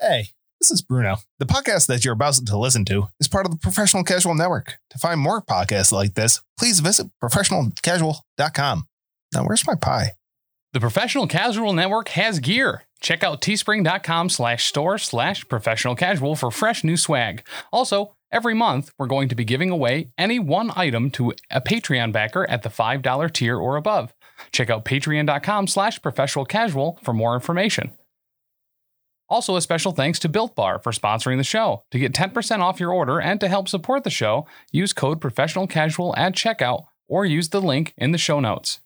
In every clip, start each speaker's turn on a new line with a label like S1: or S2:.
S1: Hey, this is Bruno. The podcast that you're about to listen to is part of the Professional Casual Network. To find more podcasts like this, please visit professionalcasual.com. Now, where's my pie?
S2: The Professional Casual Network has gear. Check out teespring.com slash store slash professional casual for fresh new swag. Also, every month, we're going to be giving away any one item to a Patreon backer at the $5 tier or above. Check out patreon.com slash professional casual for more information. Also, a special thanks to Built Bar for sponsoring the show. To get 10% off your order and to help support the show, use code professional casual at checkout or use the link in the show notes.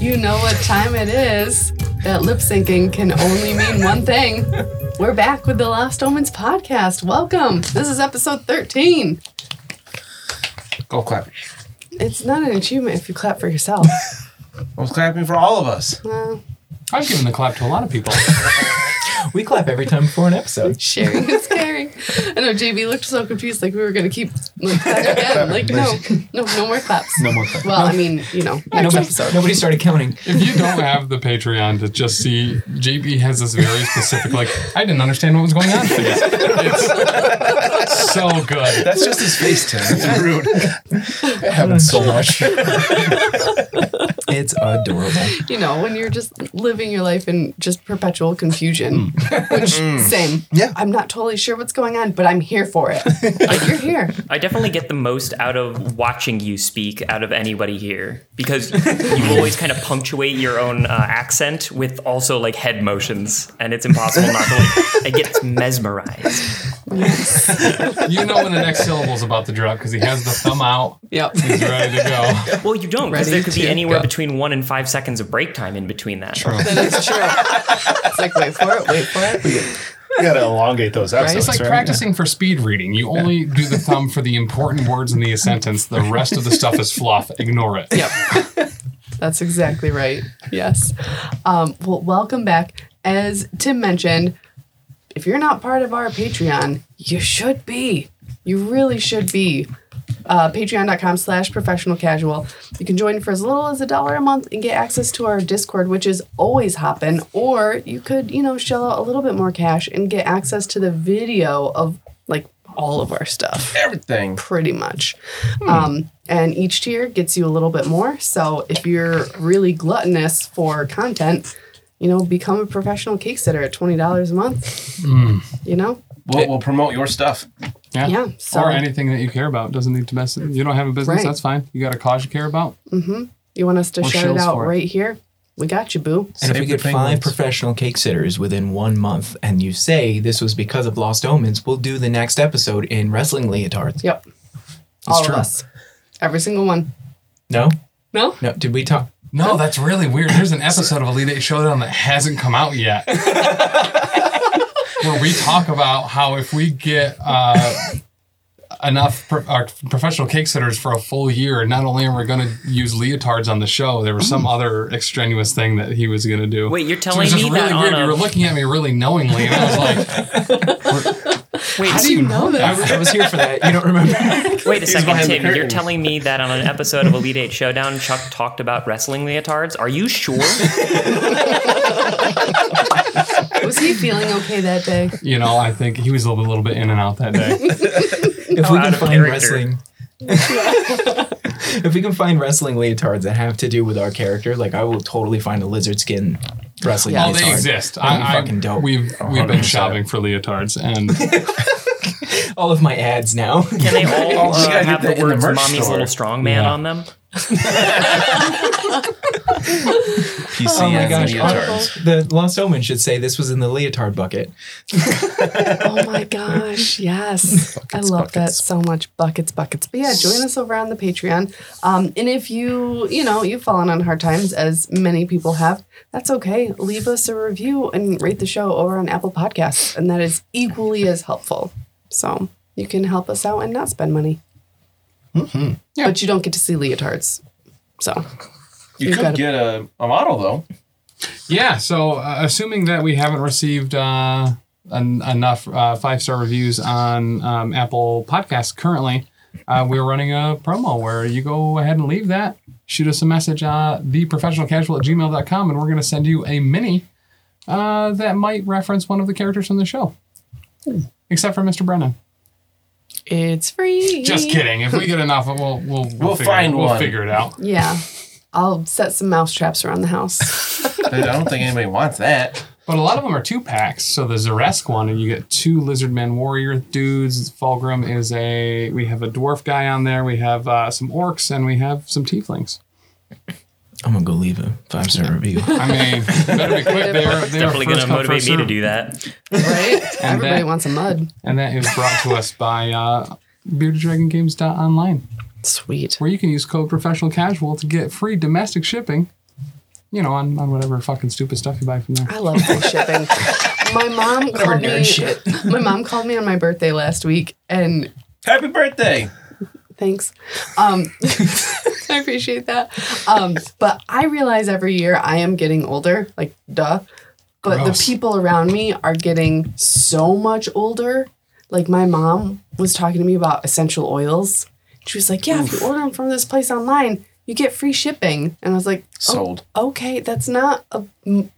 S3: You know what time it is. That lip syncing can only mean one thing. We're back with the Lost Omens podcast. Welcome. This is episode 13.
S4: Go clap.
S3: It's not an achievement if you clap for yourself.
S4: I was clapping for all of us.
S3: Uh,
S2: I've given the clap to a lot of people.
S5: We clap every time before an episode.
S3: sharing is caring. I know JB looked so confused, like we were going to keep like, clapping again. Like, no, no, no more claps. No more claps. Well, I mean, you know, next
S5: Nobody,
S3: episode.
S5: nobody started counting.
S2: If you don't have the Patreon to just see, JB has this very specific, like, I didn't understand what was going on. Face. It's so good.
S4: That's just his face, Tim. That's rude.
S5: It happens so much. it's adorable.
S3: You know, when you're just living your life in just perpetual confusion, which, same.
S1: Yeah.
S3: I'm not totally sure what's going on, but I'm here for it. Like, you're here.
S6: I definitely get the most out of watching you speak out of anybody here because you always kind of punctuate your own uh, accent with also like head motions, and it's impossible not to. Like, I get mesmerized.
S2: You know when the next syllable's about to drop because he has the thumb out.
S3: Yep.
S2: He's ready to go.
S6: Well, you don't because there
S3: Ready
S6: could be
S3: to
S6: anywhere
S3: go.
S6: between one and five seconds of break time in between that.
S3: That is true. It's like, wait for it, wait for it.
S1: You gotta elongate those episodes.
S2: It's like
S1: right?
S2: practicing for speed reading. You only do the thumb for the important words in the sentence. The rest of the stuff is fluff. Ignore it.
S3: Yep. That's exactly right. Yes. Um, well, welcome back. As Tim mentioned, if you're not part of our Patreon, you should be. You really should be. Uh, Patreon.com slash professional casual. You can join for as little as a dollar a month and get access to our Discord, which is always hopping. Or you could, you know, shell out a little bit more cash and get access to the video of like all of our stuff
S4: Everything.
S3: pretty much.
S2: Hmm.
S3: Um, and each tier gets you a little bit more. So if you're really gluttonous for content, you know, become a professional cake sitter at twenty dollars a month.
S2: Hmm.
S3: You know,
S4: We'll, we'll promote your stuff.
S2: Yeah.
S3: Yeah, so-
S2: Or anything that you care about doesn't need to mess. You don't have a business.
S3: Right.
S2: That's fine. You got a cause you care about.
S3: you want us to
S2: Or
S3: shout it
S2: shills
S3: out
S2: for it.
S3: right here? We got you, boo.
S5: And if
S4: Save
S5: we
S4: the
S5: get five
S4: penguins.
S5: professional cake sitters within one month and you say this was because of Lost Omens, we'll do the next episode in wrestling leotards.
S3: Yep, all
S5: true.
S3: of us, every single one.
S5: No?
S3: No,
S5: No. Did we talk?
S2: No, that's really weird. There's an episode of Elite Eight Showdown that hasn't come out yet. where we talk about how if we get uh, enough pro- our professional cake sitters for a full year, not only are we going to use leotards on the show, there was
S5: Mm.
S2: some other extraneous thing that he was going to do.
S6: Wait, you're
S2: it
S6: telling
S2: was just
S6: me that
S2: really
S6: on
S2: weird. You
S6: a
S2: were looking at me really knowingly, and I was like,
S6: wait,
S2: "How do you know
S5: I
S2: that?"
S5: was, I was here for that. You don't remember?
S6: wait a second,
S4: behind the
S6: Tim. You're
S4: curtain.
S6: telling me that on an episode of Elite Eight Showdown, Chuck talked about wrestling leotards. Are you sure?
S3: was he feeling okay that day?
S2: You know, I think he was a little, little bit in and out that day.
S5: if we
S6: out
S5: can
S6: of
S5: find
S6: character.
S5: wrestling if we can find wrestling leotards that have to do with our character like i will totally find a lizard skin wrestling
S3: Yeah.
S2: Oh,
S5: leotard.
S2: they exist.
S5: That'd be
S2: I, I,
S5: fucking dope.
S2: We've we've been
S4: 100%.
S2: shopping for leotards, and
S5: all of my ads now
S6: Can they all
S4: You
S6: uh,
S4: gotta
S6: have
S4: do that
S6: the
S4: in the
S6: words
S4: merch
S6: "Mommy's
S4: store.
S6: Little Strong Man"
S2: Yeah.
S6: on them?
S4: PCs
S5: oh my
S4: and
S5: gosh
S4: leotards.
S5: the lost omen should say this was in the leotard bucket
S3: Oh my gosh, yes. I love that so much. Buckets, buckets. But yeah, join us over on the Patreon. Um, and if you, you know, you've fallen on hard times, as many people have, that's okay. Leave us a review and rate the show over on Apple Podcasts. And that is equally as helpful. So you can help us out and not spend money.
S2: Mm-hmm.
S3: But you don't get to see leotards. So
S4: You,
S3: You
S4: could
S3: gotta-
S4: get a, a model though.
S2: Yeah. So, uh, assuming that we haven't received uh, en- enough uh, five star reviews on um, Apple Podcasts currently, uh, we're running a promo where you go ahead and leave that, shoot us a message, uh, theprofessionalcasual at gmail.com, and we're going to send you a mini uh, that might reference one of the characters from the show,
S4: Hmm.
S2: except for Mr. Brennan.
S3: It's free.
S2: Just kidding. If we get enough, we'll we'll we'll,
S4: We'll
S2: figure it-
S4: find
S2: we'll
S4: one.
S2: figure it out.
S3: Yeah. I'll set some mouse traps around the house.
S4: I don't think anybody wants that.
S2: But a lot of them are two packs. So the Zaresk one, and you get two Lizard Man Warrior dudes. Fulgrim is a. We have a dwarf guy on there. We have uh, some orcs, and we have some tieflings.
S5: I'm gonna go leave a five star review.
S2: I mean, better be quick. They are, they are
S6: Definitely going
S2: first
S6: to
S2: come,
S6: motivate
S2: first
S6: me to
S2: served.
S6: do that.
S3: Right?
S2: And
S3: Everybody
S2: that-
S3: wants a mud.
S2: And that is brought to us by uh, beardeddragongames.online,
S3: Sweet.
S2: where you can use code professional casual to get free domestic shipping. You know, on, on whatever fucking stupid stuff you buy from there.
S3: I love free shipping. My mom called me. My mom called me on my birthday last week, and
S4: Happy birthday!
S3: thanks. Um, I appreciate that. Um, but I realize every year I am getting older. Like, duh. But
S2: Gross.
S3: the people around me are getting so much older. Like my mom was talking to me about essential oils. She was like, "Yeah, if you order them from this place online, you get free shipping." And I was like, "Oh,
S4: Sold.
S3: okay that's not a m-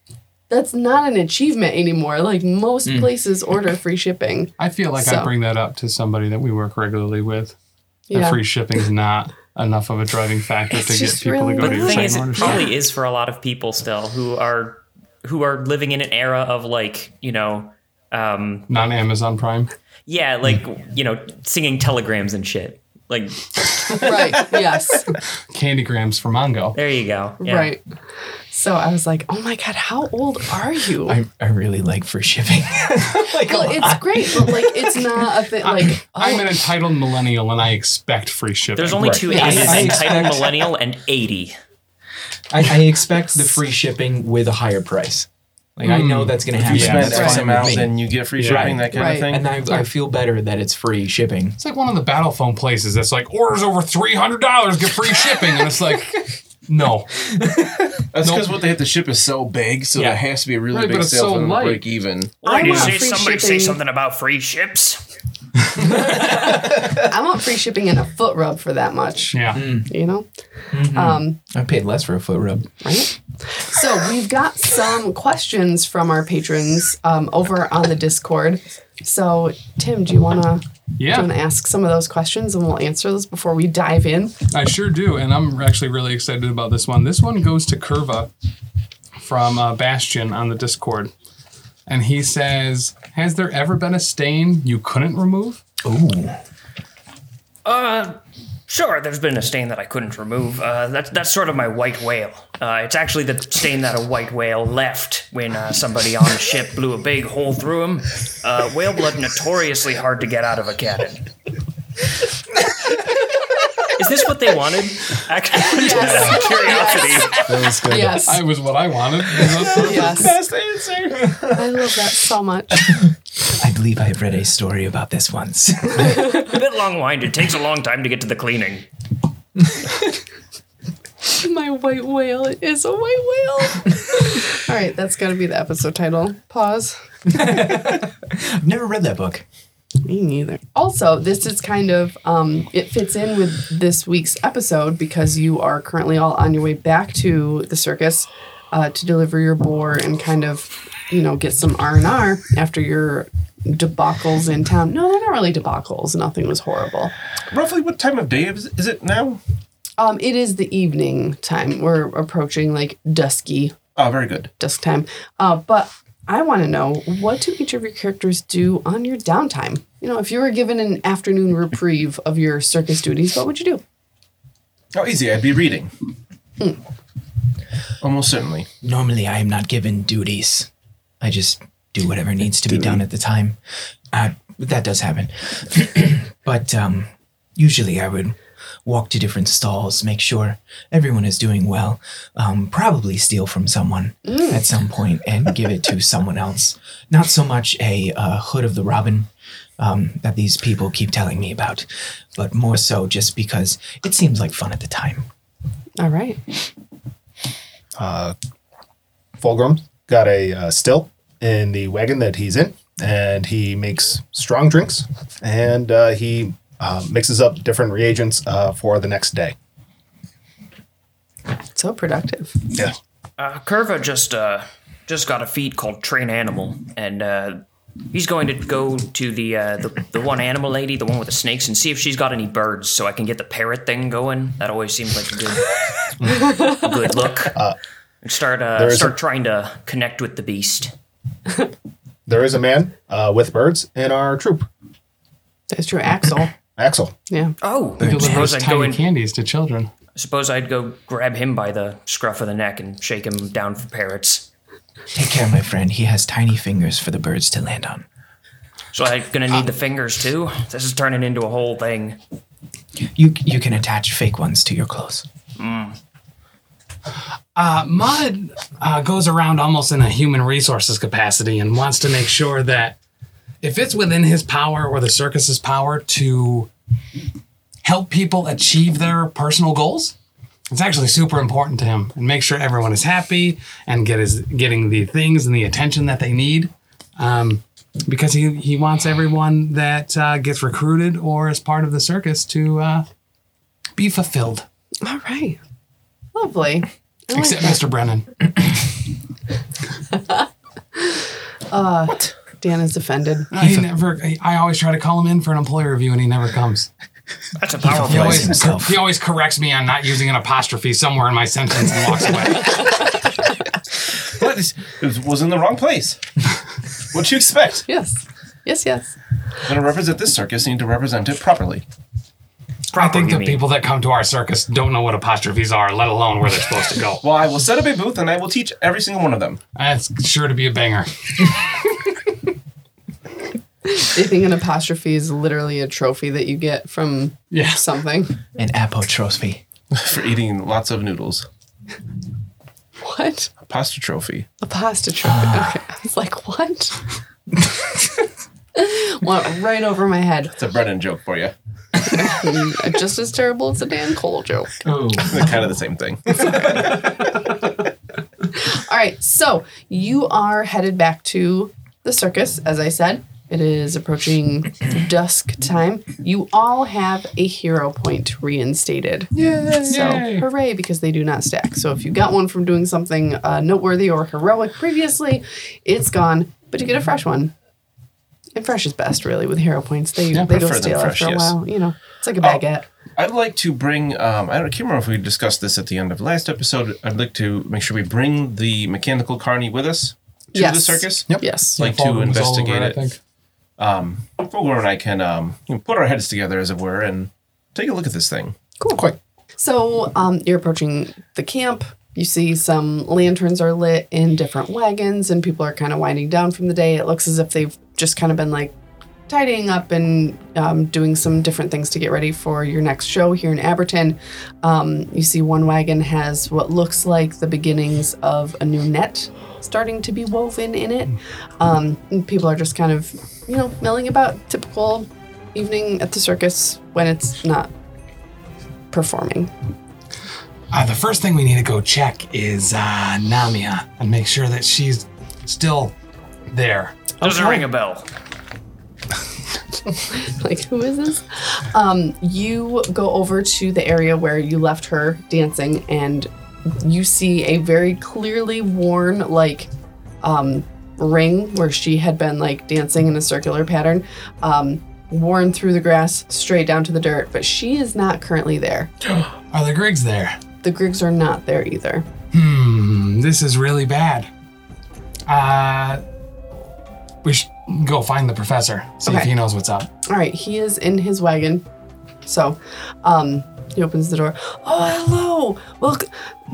S3: that's not an achievement anymore like most
S2: Mm.
S3: places order free shipping
S2: I feel like I
S3: So-
S2: bring that up to somebody that we work regularly with.
S3: yeah
S2: and free shipping is not enough of a driving factor
S3: It's
S2: to get
S3: just
S2: people
S3: really
S2: to go
S6: But
S2: to
S3: But
S2: your
S6: the thing
S2: site
S6: is,
S2: and
S6: it
S2: order stuff.
S6: probably is for a lot of people still who are who are living in an era of like you know, um,
S2: Not Amazon Prime.
S6: yeah, like you know, singing telegrams and shit. Like
S3: right yes
S2: Candygrams for Mongo.
S6: there you go. Yeah.
S3: right so i was like oh my god how old are you
S5: I, I really like free shipping. like a
S3: well,
S5: lot.
S3: it's great but like it's not a thing like
S2: I'm an
S3: oh,
S2: entitled millennial and I expect free shipping.
S6: There's only two
S5: Yeah, I-
S6: A's:
S5: I
S6: entitled
S5: expect-
S6: millennial and eighty.
S5: I, I expect the free shipping with a higher price. Like I know that's gonna happen.
S4: Hmm. You spend
S5: That's
S4: X
S5: fine
S4: amount,
S5: with me.
S4: then you get free shipping, that kind
S3: Right.
S4: of thing.
S5: and I, I feel better that it's free shipping.
S2: It's like one of the battle phone places that's like orders over three hundred dollars get free shipping, and it's like, no,
S4: That's because what they have to ship is so big, so
S5: Yeah.
S4: there has to be a really
S2: Right, but
S4: big
S2: it's
S4: sale
S2: so
S4: for them to
S2: light.
S4: break even.
S3: I want free shipping.
S6: about free ships?
S3: oh, i want free shipping and a foot rub for that much
S2: yeah.
S6: Hmm.
S2: Mm-hmm.
S3: you know um
S5: I paid less for a foot rub.
S3: right? So we've got some questions from our patrons um, over on the Discord. So Tim, do you wanna do you
S2: Yeah,
S3: wanna ask some of those questions and we'll answer those before we dive in?
S2: I sure do, and I'm actually really excited about this one. This one goes to Curva from uh, Bastion on the Discord, and he says, "Has there ever been a stain you couldn't remove?"
S5: Ooh,
S6: Sure, there's been a stain that I couldn't remove. Uh, that's that's sort of my white whale. Uh, it's actually the stain that a white whale left when uh, somebody on a ship blew a big hole through him. Uh, whale blood notoriously hard to get out of a cannon. Is this what they wanted? Actually,
S3: Yes.
S6: out of curiosity.
S5: that was good.
S3: Yes.
S2: I was what I wanted. Is that perfect?
S3: Yes. I love that so much.
S5: I believe I read a story about this once.
S6: A bit long-winded. Takes a long time to get to the cleaning.
S3: My white whale is a white whale. All right, that's got to be the episode title. Pause.
S5: I've never read that book.
S3: Me neither. Also, this is kind of um, it fits in with this week's episode because you are currently all on your way back to the circus uh, to deliver your boar and kind of you know get some R and R after your debacles in town. No, they're not really debacles. Nothing was horrible.
S4: Roughly what time of day is, is it now?
S3: Um, it is the evening time. We're approaching like dusky
S4: Oh, very good.
S3: dusk time. Uh, but I want to know what do each of your characters do on your downtime? You know, if you were given an afternoon reprieve of your circus duties, what would you do?
S4: Oh, easy. I'd be reading. Almost certainly.
S5: Normally, I am not given duties. I just do whatever needs to be done at the time. Uh, that does happen. but um, usually, I would walk to different stalls, make sure everyone is doing well, um, probably steal from someone at some point and give it to someone else. Not so much a uh, Hood of the Robin um, that these people keep telling me about, but more so just because it seems like fun at the time.
S3: All right.
S1: Fulgrim got a uh, still in the wagon that he's in, and he makes strong drinks, and uh, he uh, mixes up different reagents uh, for the next day.
S3: So productive.
S1: Yeah.
S6: Uh, Curva just uh, just got a feat called Train Animal, and uh, he's going to go to the, uh, the the one animal lady, the one with the snakes, and see if she's got any birds, so I can get the parrot thing going. That always seems like a good a good look. and start uh,
S1: there is
S6: start
S1: a-
S6: trying to connect with the beast.
S1: There is a man uh, with birds in our troop,
S3: That's true. Axel.
S1: Axel.
S3: Yeah.
S6: Oh,
S2: Delivers
S6: suppose I'd go
S2: tiny
S6: and
S2: candies to children.
S6: suppose I'd go grab him by the scruff of the neck and shake him down for parrots.
S5: Take care, my friend. He has tiny fingers for the birds to land on.
S6: So I'm gonna need the fingers too. This is turning into a whole thing.
S5: You you can attach fake ones to your clothes.
S2: Mud uh, goes around almost in a human resources capacity and wants to make sure that if it's within his power or the circus's power to help people achieve their personal goals, it's actually super important to him and make sure everyone is happy and get his, getting the things and the attention that they need. Um, because he, he wants everyone that uh, gets recruited or is part of the circus to uh, be fulfilled,
S3: All right. Lovely. I like
S2: except
S3: that.
S2: Mr. Brennan.
S3: Dan is offended.
S2: I never. I- I always try to call him in for an employer review, and he never comes.
S6: That's a powerful.
S2: He
S5: Bless
S2: always,
S5: himself.
S2: he always corrects me on not using an apostrophe somewhere in my sentence and walks away.
S4: What? It was in the wrong place. What'd you expect?
S3: Yes. Yes, yes.
S4: I'm going to represent this circus. I need to represent it properly.
S2: I think
S6: you
S2: the
S6: mean.
S2: people that come to our circus don't know what apostrophes are, let alone where they're supposed to go.
S4: Well, I will set up a booth and I will teach every single one of them.
S2: That's sure to be a banger.
S3: They think an apostrophe is literally a trophy that you get from
S2: Yeah.
S3: something.
S5: An apotrophy.
S4: for eating lots of noodles.
S3: What?
S4: Pasta trophy.
S3: Apostrophe. okay. I was like, what? Went right over my head. Hmm.
S4: It's a Brennan joke for you.
S3: Just as terrible as a Dan Cole joke.
S2: Oh,
S4: They're kind of the same thing.
S3: All right, so you are headed back to the circus, as I said. It is approaching dusk time. You all have a hero point reinstated. Yeah. So
S2: Yay.
S3: hooray, because they do not stack. So if you got one from doing something uh, noteworthy or heroic previously, it's gone, but you get a fresh one. And fresh is best, really, with hero points. They, they go
S4: prefer them
S3: stale
S4: fresh,
S3: after a
S4: yes.
S3: while. You know, it's like a baguette.
S4: I'd like to bring, um, I don't I can't remember if we discussed this at the end of last episode. I'd like to make sure we bring the mechanical carney with us to the
S3: Yes.
S4: circus.
S1: Yep.
S3: Yes.
S4: Like to investigate it. Fulgor and I can um, you know, put our heads together, as it were, and take a look at this thing.
S3: Cool.
S1: Quick.
S3: So um, you're approaching the camp. You see some lanterns are lit in different wagons, and people are kind of winding down from the day. It looks as if they've just kind of been like tidying up and um, doing some different things to get ready for your next show here in Aberton. Um, you see one wagon has what looks like the beginnings of a new net starting to be woven in it. Um, and people are just kind of, you know, milling about typical evening at the circus when it's not performing.
S2: Uh, the first thing we need to go check is uh, Namia and make sure that she's still there.
S6: Doesn't ring a bell.
S3: like who is this um you go over to the area where you left her dancing and you see a very clearly worn like um ring where she had been like dancing in a circular pattern um worn through the grass straight down to the dirt but she is not currently there
S2: Are the Grigs there?
S3: the grigs are not there either
S2: Hmm, this is really bad. Uh, we should go find the professor, see if
S3: Okay.
S2: he knows what's up.
S3: all right he is in his wagon so um he opens the door oh hello welcome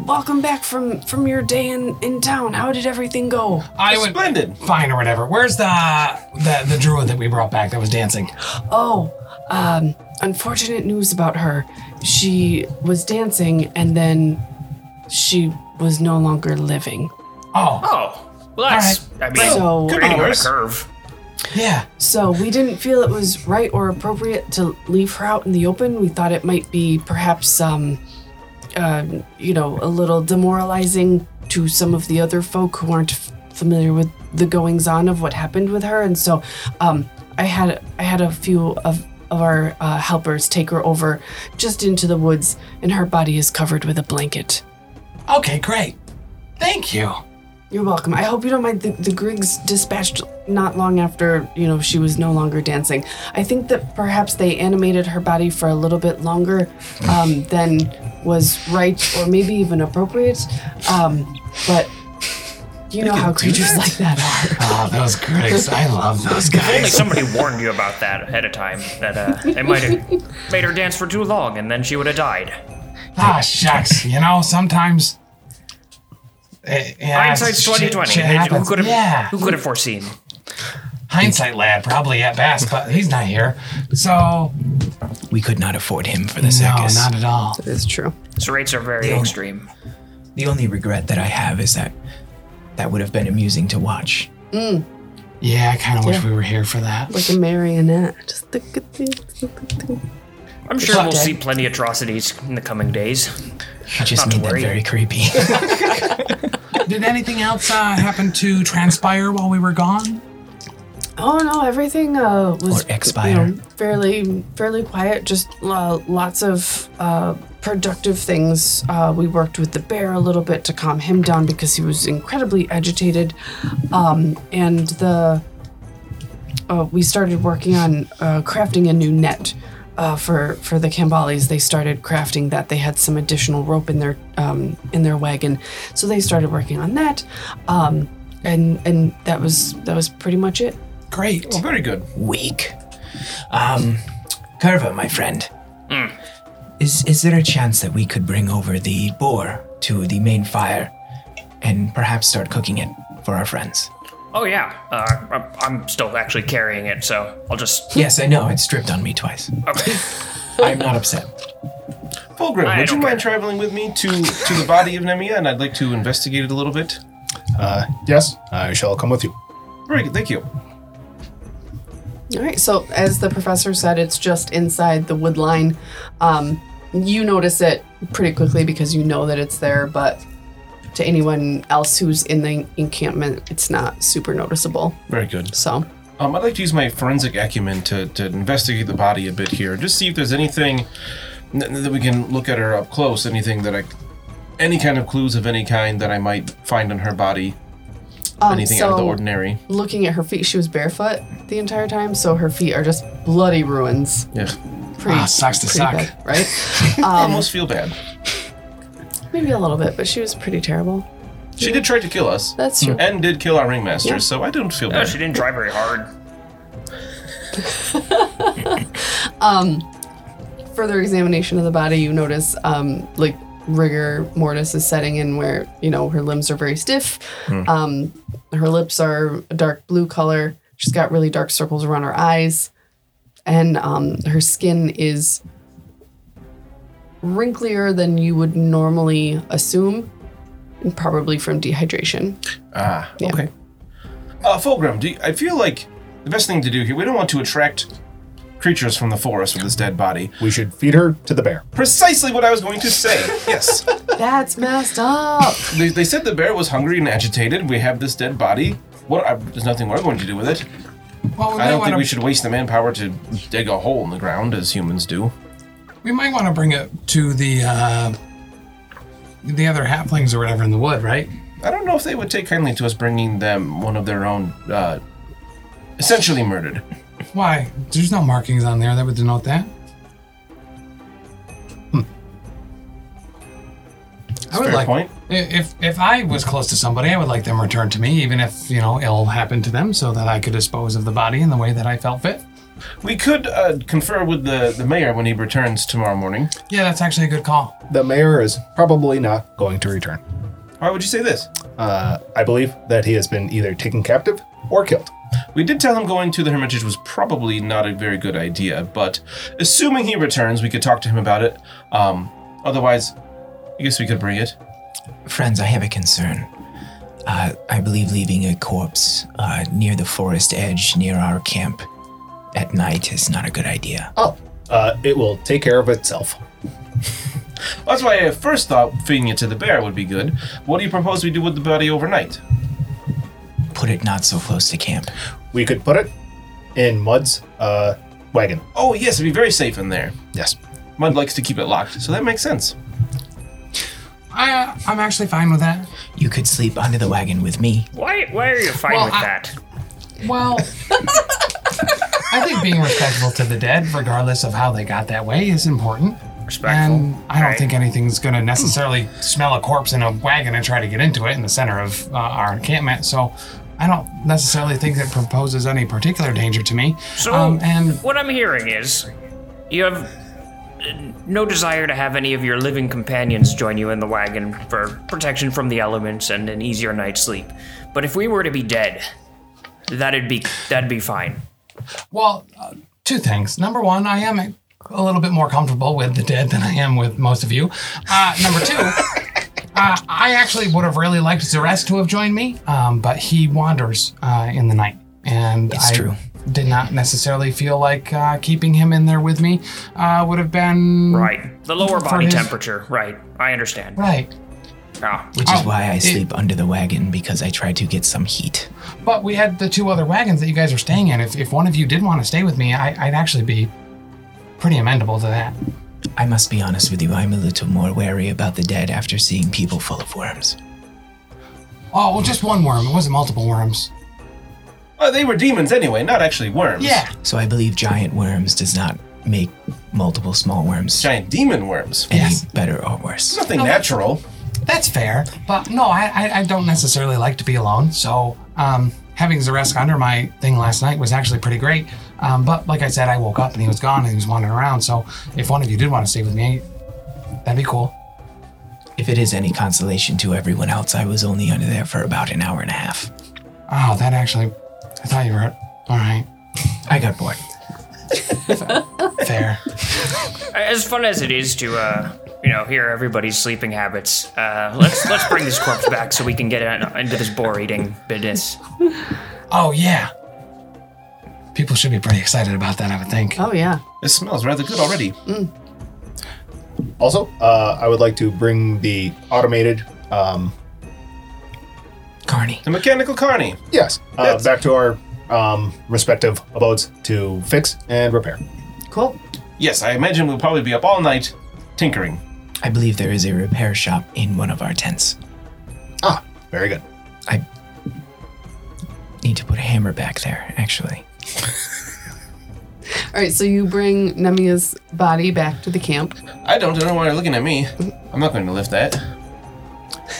S3: welcome back from from your day in in town how did everything go
S2: I went
S4: Splendid.
S2: fine or whatever. Where's the the the druid that we brought back that was dancing?
S3: Oh, um, unfortunate news about her. She was dancing and then she was no longer living.
S2: Oh,
S6: Oh, well, that's. I mean,
S3: So,
S6: we're hitting on a
S4: worse.
S6: curve.
S2: yeah.
S3: So we didn't feel it was right or appropriate to leave her out in the open. We thought it might be perhaps, um, uh, you know, a little demoralizing to some of the other folk who aren't f- familiar with the goings on of what happened with her, and so um, I had I had a few of of our uh, helpers take her over just into the woods, and her body is covered with a blanket.
S5: Okay, great. Thank you.
S3: You're welcome. I hope you don't mind the, the Griggs dispatched not long after, you know, she was no longer dancing. I think that perhaps they animated her body for a little bit longer um, than was right or maybe even appropriate. Um, but you know how creatures like that are.
S5: Oh, those critics. I love those
S6: Only
S5: guys.
S6: somebody warned you about that ahead of time. That uh, they might have made her dance for too long, and then she would have died.
S5: Ah, shucks. You know, sometimes. eh, yeah,
S6: Hindsight's
S5: shit-
S6: twenty twenty.
S5: shit
S6: Who
S5: happens.
S6: could have?
S5: Yeah.
S6: Who could have foreseen?
S5: hindsight lad, probably at best, but he's not here. So we could not afford him for the circus. No, not at all.
S3: It's true.
S6: His rates are very
S5: only-
S6: extreme.
S5: The only regret that I have is that that would have been amusing to watch. Yeah, I kind of wish we were here for that.
S3: Like a marionette. Just the good thing.
S6: I'm sure
S3: Fuck
S6: we'll
S3: dead.
S5: eh?
S6: see plenty of atrocities in the coming days.
S5: I just
S6: Not to
S5: made that
S6: worry.
S5: very creepy. Did anything else uh, happen to transpire while we were gone?
S3: Oh no, everything uh, was
S5: Or expire.
S3: fairly fairly quiet. Just uh, lots of uh, productive things. Uh, we worked with the bear a little bit to calm him down because he was incredibly agitated, um, and the uh, we started working on uh, crafting a new net. Uh, for for the Cambalis, they started crafting that. They had some additional rope in their um, in their wagon, so they started working on that, um, and and that was that was pretty much it.
S5: Great.
S4: Very good.
S5: Weak. Um, Curva, my friend.
S6: Hmm.
S5: Is is there a chance that we could bring over the boar to the main fire and perhaps start cooking it for our friends?
S6: Oh yeah, uh, I'm- I'm still actually carrying it, so I'll just.
S5: Yes, I know, it's stripped on me twice.
S6: Okay.
S5: I'm not upset.
S4: Fulgrim,
S6: I
S4: would you
S6: don't
S4: mind traveling with me to, to the body of Nemia? And I'd like to investigate it a little bit.
S7: Uh, yes, I shall come with you.
S4: Very good. Thank you.
S3: All right. So as the professor said, it's just inside the wood line. Um, you notice it pretty quickly because you know that it's there, but to anyone else who's in the encampment, it's not super noticeable.
S4: Very good.
S3: So
S4: Um, I'd like to use my forensic acumen to, to investigate the body a bit here, just see if there's anything n- that we can look at her up close. Anything that I, any kind of clues of any kind that I might find on her body.
S3: um,
S4: Anything
S3: so
S4: out of the ordinary.
S3: looking at her feet, she was barefoot the entire time, so her feet are just bloody ruins.
S4: Yes.
S3: Pretty,
S5: Ah, sucks to
S3: pretty
S5: suck.
S3: bad, right?
S4: Almost feel bad.
S3: Maybe a little bit, but she was pretty terrible.
S4: She did try to kill us.
S3: That's true.
S4: and did kill our ringmaster,
S3: Yeah.
S4: so I don't feel
S6: No,
S4: bad.
S6: she didn't try very hard.
S3: further examination of the body, you notice um, like rigor mortis is setting in where you know her limbs are very stiff. Um, her lips are a dark blue color. She's got really dark circles around her eyes, and um, her skin is wrinklier than you would normally assume, and probably from dehydration.
S4: Ah,
S3: Yeah.
S4: okay. Uh, Fulgrim, do you, I feel like the best thing to do here, we don't want to attract creatures from the forest with this dead body.
S7: We should feed her to the bear.
S4: Precisely what I was going to say. yes.
S3: That's messed up.
S4: They, they said the bear was hungry and agitated. We have this dead body. What? I, there's nothing we're going to do with it.
S2: Well, we
S4: I
S2: might
S4: don't think
S2: wanna,
S4: we should waste the manpower to dig a hole in the ground as humans do.
S2: we might want to bring it to the uh, the other halflings or whatever in the wood, right?
S4: I don't know if they would take kindly to us bringing them one of their own, uh, essentially murdered.
S2: Why? There's no markings on there that would denote that. I would
S4: Fair
S2: like
S4: point.
S2: i- if if I was close to somebody, I would like them returned to me, even if you know ill happened to them, so that I could dispose of the body in the way that I felt fit.
S4: We could uh, confer with the, the mayor when he returns tomorrow morning.
S2: Yeah, that's actually a good call.
S7: The mayor is probably not going to return.
S4: Why would you say this?
S7: Uh, I believe that he has been either taken captive or killed.
S4: We did tell him going to the Hermitage was probably not a very good idea, but assuming he returns, we could talk to him about it. Um, otherwise, I guess we could bring it.
S5: Friends, I have a concern. Uh, I believe leaving a corpse uh, near the forest edge near our camp at night is not a good idea.
S7: Oh, uh, it will take care of itself.
S4: That's why I at first thought feeding it to the bear would be good. What do you propose we do with the body overnight?
S5: put it not so close to camp.
S1: We could put it in Mud's uh, wagon.
S4: Oh, yes, it'd be very safe in there.
S1: Yes.
S4: Mud likes to keep it locked, so that makes sense.
S2: I, uh, I'm actually fine with that.
S5: You could sleep under the wagon with me.
S6: Why? Why are you fine
S2: Well,
S6: with
S2: I-
S6: that?
S2: Well, I think being respectful to the dead, regardless of how they got that way, is important.
S6: Respectful.
S2: And I don't
S6: right?
S2: think anything's going to necessarily smell a corpse in a wagon and try to get into it in the center of uh, our encampment. So I don't necessarily think it proposes any particular danger to me.
S6: So,
S2: um, and
S6: what I'm hearing is you have uh, no desire to have any of your living companions join you in the wagon for protection from the elements and an easier night's sleep. But if we were to be dead, that'd be that'd be fine.
S2: Well, uh, two things. Number one, I am a little bit more comfortable with the dead than I am with most of you. Uh, number two, uh, I actually would have really liked Zeres to have joined me, um, but he wanders uh, in the night. And I
S5: true.
S2: did not necessarily feel like uh, keeping him in there with me uh, would have been.
S6: Right. The lower
S2: For
S6: body
S2: his-
S6: temperature. Right. I understand.
S2: Right.
S6: Ah.
S5: Which is
S2: Oh,
S5: why I
S2: it-
S5: sleep under the wagon because I try to get some heat.
S2: But we had the two other wagons that you guys are staying in. If, if one of you did want to stay with me, I, I'd actually be pretty amenable to that.
S5: I must be honest with you, I'm a little more wary about the dead after seeing people full of worms.
S2: Oh, well, just one worm. It wasn't multiple worms.
S4: Uh, they were demons anyway, not actually worms.
S5: So I believe giant worms does not make multiple small worms
S4: Giant demon worms.
S5: any
S2: Yes.
S5: better or worse.
S4: Nothing natural.
S2: That's fair, but no, I, I, I don't necessarily like to be alone. So um, having Zaresk under my thing last night was actually pretty great. Um, but like I said, I woke up and he was gone and he was wandering around. So if one of you did want to stay with me, that'd be cool.
S5: If it is any consolation to everyone else, I was only under there for about an hour and a half.
S2: Oh, that actually, I thought you were all right.
S5: I got bored.
S2: Fair.
S6: As fun as it is to, uh, you know, hear everybody's sleeping habits, uh, let's let's bring this corpse back so we can get in- into this boar eating business.
S2: oh yeah. People should be pretty excited about that, I would think.
S3: Oh yeah.
S4: This smells rather good already.
S1: Also, uh, I would like to bring the automated, um,
S5: Carney.
S4: The mechanical carney.
S1: yes, uh,
S4: Yes.
S1: back to our um, respective abodes to fix and repair.
S3: Cool.
S4: Yes, I imagine we'll probably be up all night tinkering.
S5: I believe there is a repair shop in one of our tents.
S1: Ah, very good.
S5: I need to put a hammer back there, actually.
S3: All right. So you bring Nemia's body back to the camp.
S4: I don't, I don't know why you're looking at me. I'm not going to lift that.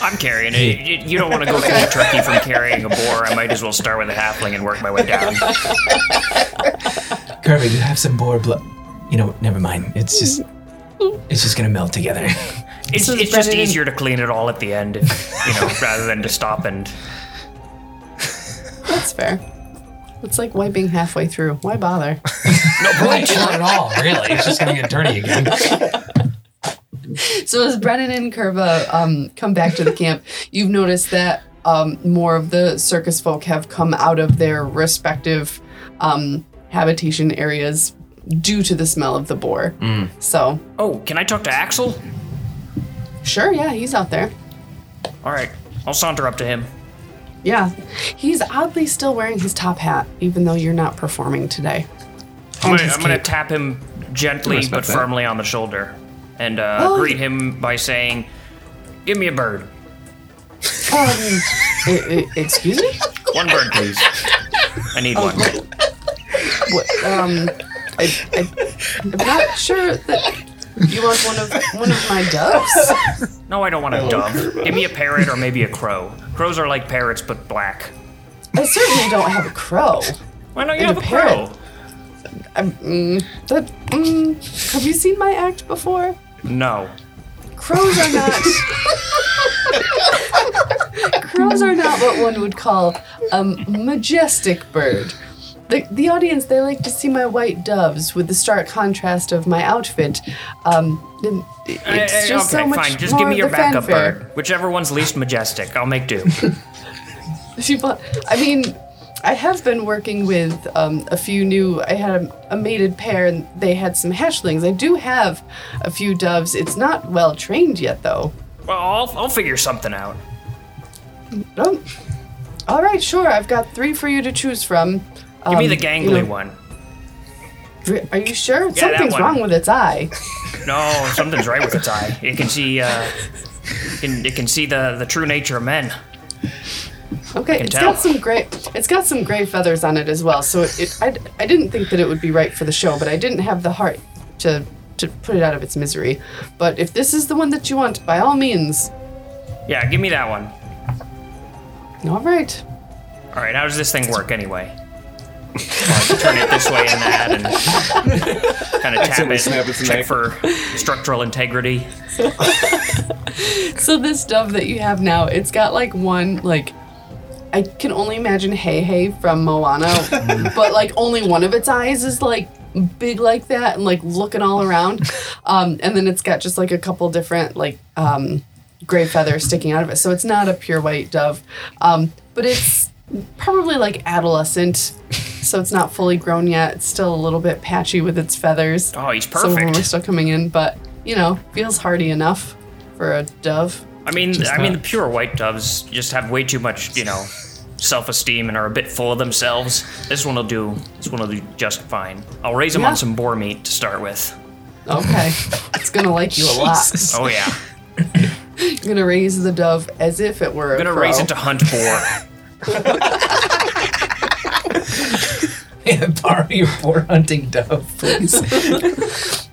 S6: I'm carrying it. You, you don't want to go cold turkey from carrying a boar. I might as well start with a halfling and work my way down.
S5: Kirby, you have some boar blood. You know, never mind. It's just. It's just gonna melt together.
S3: is
S6: It's, it's just
S3: better than-
S6: easier to clean it all at the end, you know, rather than to stop and.
S3: That's fair. It's like wiping halfway through. Why bother?
S2: Like, not at all, really. It's just gonna get dirty again.
S3: So as Brennan and Curva um, come back to the camp, you've noticed that um, more of the circus folk have come out of their respective um, habitation areas due to the smell of the boar. So
S6: Oh, can I talk to Axel?
S3: sure, yeah, he's out there.
S6: All right, I'll saunter up to him.
S3: Yeah, he's oddly still wearing his top hat, even though you're not performing today.
S6: I'm
S3: And
S6: gonna,
S3: his
S6: I'm gonna
S3: cape.
S6: tap him gently
S4: that.
S6: but firmly on the shoulder and uh,
S3: Oh.
S6: greet him by saying, "Give me a bird,
S3: Um, e- e- excuse me.
S6: one bird, please. I need
S3: Oh,
S6: one."
S3: What, um, I, I, I'm not sure that you want one of one of my doves.
S6: No, I don't
S3: Oh.
S6: want a dove. Give me a parrot or maybe a crow. Crows are like parrots but black.
S3: I certainly don't have a crow.
S6: Why don't you
S3: And
S6: have
S3: a
S6: a
S3: parrot.
S6: crow?
S3: I'm, mm, that, mm, have you seen my act before?
S6: No.
S3: Crows are not. crows are not what one would call a majestic bird. The, the audience, they like to see my white doves with the stark contrast of my outfit. Um, and it- it's
S6: Eh, eh,
S3: just
S6: okay,
S3: so much
S6: fine. Just
S3: more
S6: give me
S3: of
S6: your
S3: the
S6: backup
S3: fanfare.
S6: bird, whichever one's least majestic. I'll make do.
S3: She bought. I mean, I have been working with um, a few new. I had a, a mated pair, and they had some hatchlings. I do have a few doves. It's not well trained yet, though.
S6: Well, I'll, I'll figure something out.
S3: Um, All right, sure. I've got three for you to choose from.
S6: Give me
S3: Um,
S6: the
S3: you
S6: gangly
S3: know,
S6: one.
S3: re- Are you sure?
S6: that
S3: Something's
S6: one.
S3: wrong with its eye.
S6: No, something's right with its eye. It can see. Uh, it can, it can see the, the true nature of men.
S3: Okay,
S6: can
S3: it's
S6: tell.
S3: got some gray. It's got some gray feathers on it as well. So it, it I, I didn't think that it would be right for the show, but I didn't have the heart to to put it out of its misery. But if this is the one that you want, by all means.
S6: Yeah, give me that one.
S3: All right.
S6: All right, how does this thing work anyway? Like, turn it this way and that, and kind of tap
S4: Accidentally
S6: it,
S4: snap its
S6: check
S4: neck.
S6: for structural integrity.
S3: So this dove that you have now, it's got like one like. I can only imagine Hey Hey from Moana, but like only one of its eyes is like big like that and like looking all around. Um, and then it's got just like a couple different like um, gray feathers sticking out of it. So it's not a pure white dove, um, but it's probably like adolescent. So it's not fully grown yet. It's still a little bit patchy with its feathers.
S6: Oh, he's
S3: Some of them are
S6: perfect.
S3: still coming in, but you know, feels hardy enough for a dove.
S6: I mean, I mean, the pure white doves just have way too much, you know, self-esteem and are a bit full of themselves. This one will do. This one will do just fine. I'll raise him
S3: Yeah.
S6: on some boar meat to start with.
S3: Okay. it's gonna like you a lot.
S6: Oh yeah,
S3: I'm gonna raise the dove as if it were.
S6: I'm gonna raise it to hunt boar.
S5: Borrow your boar hunting dove, please.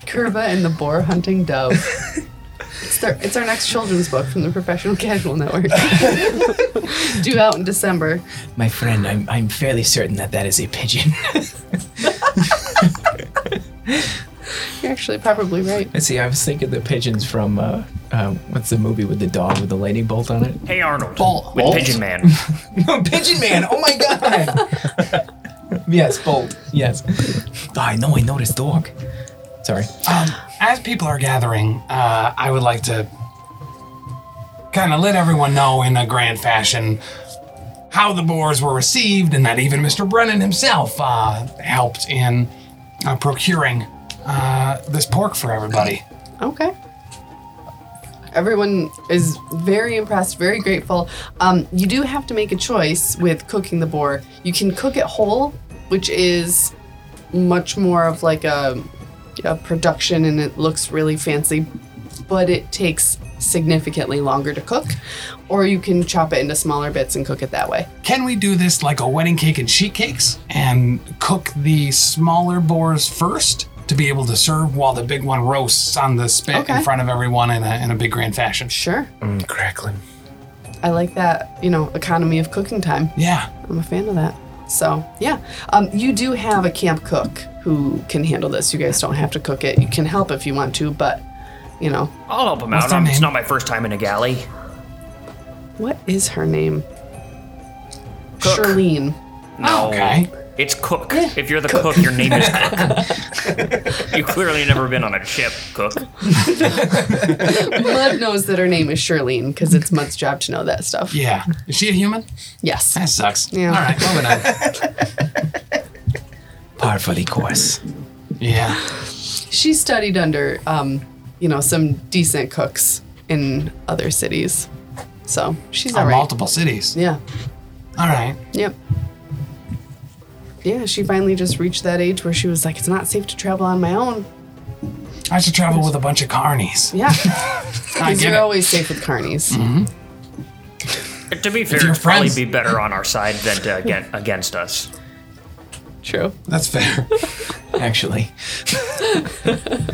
S3: Curva and the boar hunting dove. it's, their, it's our next children's book from the Professional Casual Network. Due out in December.
S5: My friend, I'm, I'm fairly certain that that is a pigeon.
S3: You're actually probably right.
S5: Let's see, I was thinking the pigeons from, uh, uh, what's the movie with the dog with the lightning bolt on it?
S6: Hey Arnold,
S5: Bolt.
S6: with
S5: Bolt?
S6: Pigeon Man.
S5: Pigeon Man! Oh my god! yes, bolt. Yes. Oh, I know, I know this dog. Sorry.
S2: As people are gathering, uh, I would like to kind of let everyone know in a grand fashion how the boars were received and that even Mr. Brennan himself uh, helped in uh, procuring uh, this pork for everybody.
S3: Okay. Everyone is very impressed, very grateful. Um, you do have to make a choice with cooking the boar. You can cook it whole, which is much more of like a, a production and it looks really fancy, but it takes significantly longer to cook. Or you can chop it into smaller bits and cook it that way.
S2: Can we do this like a wedding cake and sheet cakes and cook the smaller boars first to be able to serve while the big one roasts on the spit
S3: Okay.
S2: in front of everyone in a, in a big grand fashion?
S3: Sure.
S4: Crackling.
S3: I like that, you know, economy of cooking time.
S2: Yeah.
S3: I'm a fan of that. So yeah, um, you do have a camp cook who can handle this. You guys don't have to cook it. You can help if you want to, but you know
S6: I'll help him
S2: What's
S6: out.
S2: her
S6: I'm- It's
S2: name?
S6: not my first time in a galley.
S3: what is her name?
S6: Cook.
S3: Charlene.
S6: No.
S2: Okay.
S6: It's Cook. If you're the cook. your name is Cook. you clearly never been on a ship, Cook.
S3: Mud knows that her name is Charlene because it's Mud's job to know that stuff.
S2: Yeah. Is she a human?
S3: Yes.
S2: That sucks.
S3: Yeah.
S2: All right, moving on.
S5: Par for the course.
S2: yeah.
S3: She studied under, um, you know, some decent cooks in other cities, so she's
S2: Or
S3: all right.
S2: multiple cities.
S3: Yeah.
S2: All right.
S3: Yep. Yeah, she finally just reached that age where she was like, it's not safe to travel on my own.
S2: I should travel with a bunch of carnies.
S3: Yeah.
S2: I
S3: Because
S2: get
S3: you're
S2: it.
S3: always safe with carnies.
S6: To be fair,
S2: your
S6: it'd probably
S2: friends.
S6: be better on our side than to against, against us.
S3: True.
S2: That's fair.
S5: Actually,
S3: All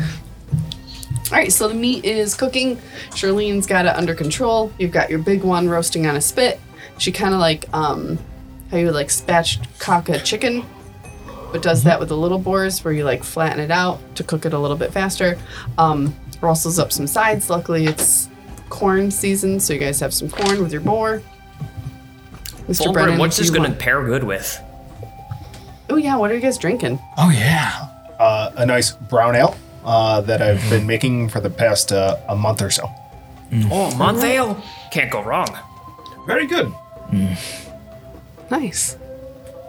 S3: right, so the meat is cooking. Charlene's got it under control. You've got your big one roasting on a spit. She kind of like um, how you would like spatchcock a chicken, but does that with the little boars where you like flatten it out to cook it a little bit faster. Um, rustles up some sides. Luckily, it's corn season, so you guys have some corn with your boar. Mr.
S6: Fulbright,
S3: Brennan,
S6: what's
S3: if
S6: this
S3: you
S6: going to
S3: want-
S6: pair good with?
S3: Oh yeah, what are you guys drinking?
S2: Oh, yeah.
S1: Uh, a nice brown ale uh, that I've been making for the past uh, a month or so.
S6: Oh, month ale? Can't go wrong.
S4: Very good.
S3: Nice.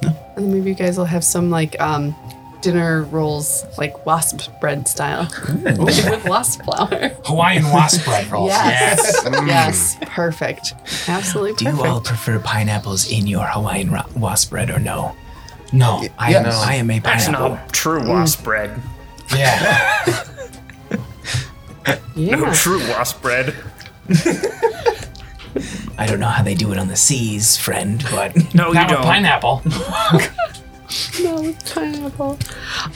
S3: And then maybe you guys will have some like um, dinner rolls, like wasp bread style, with wasp flour.
S2: Hawaiian wasp bread rolls.
S3: Yes. Yes. Perfect. Absolutely
S5: Mm. Do
S3: perfect.
S5: you all prefer pineapples in your Hawaiian ro- wasp bread or no?
S2: No.
S5: I am,
S4: Yes.
S5: I am a
S6: That's
S5: pineapple.
S6: not true wasp bread.
S2: Yeah.
S6: No
S3: yeah.
S6: true wasp bread.
S5: I don't know how they do it on the seas, friend, but
S6: No, you
S2: Not with
S6: don't.
S2: pineapple.
S3: No, it's pineapple.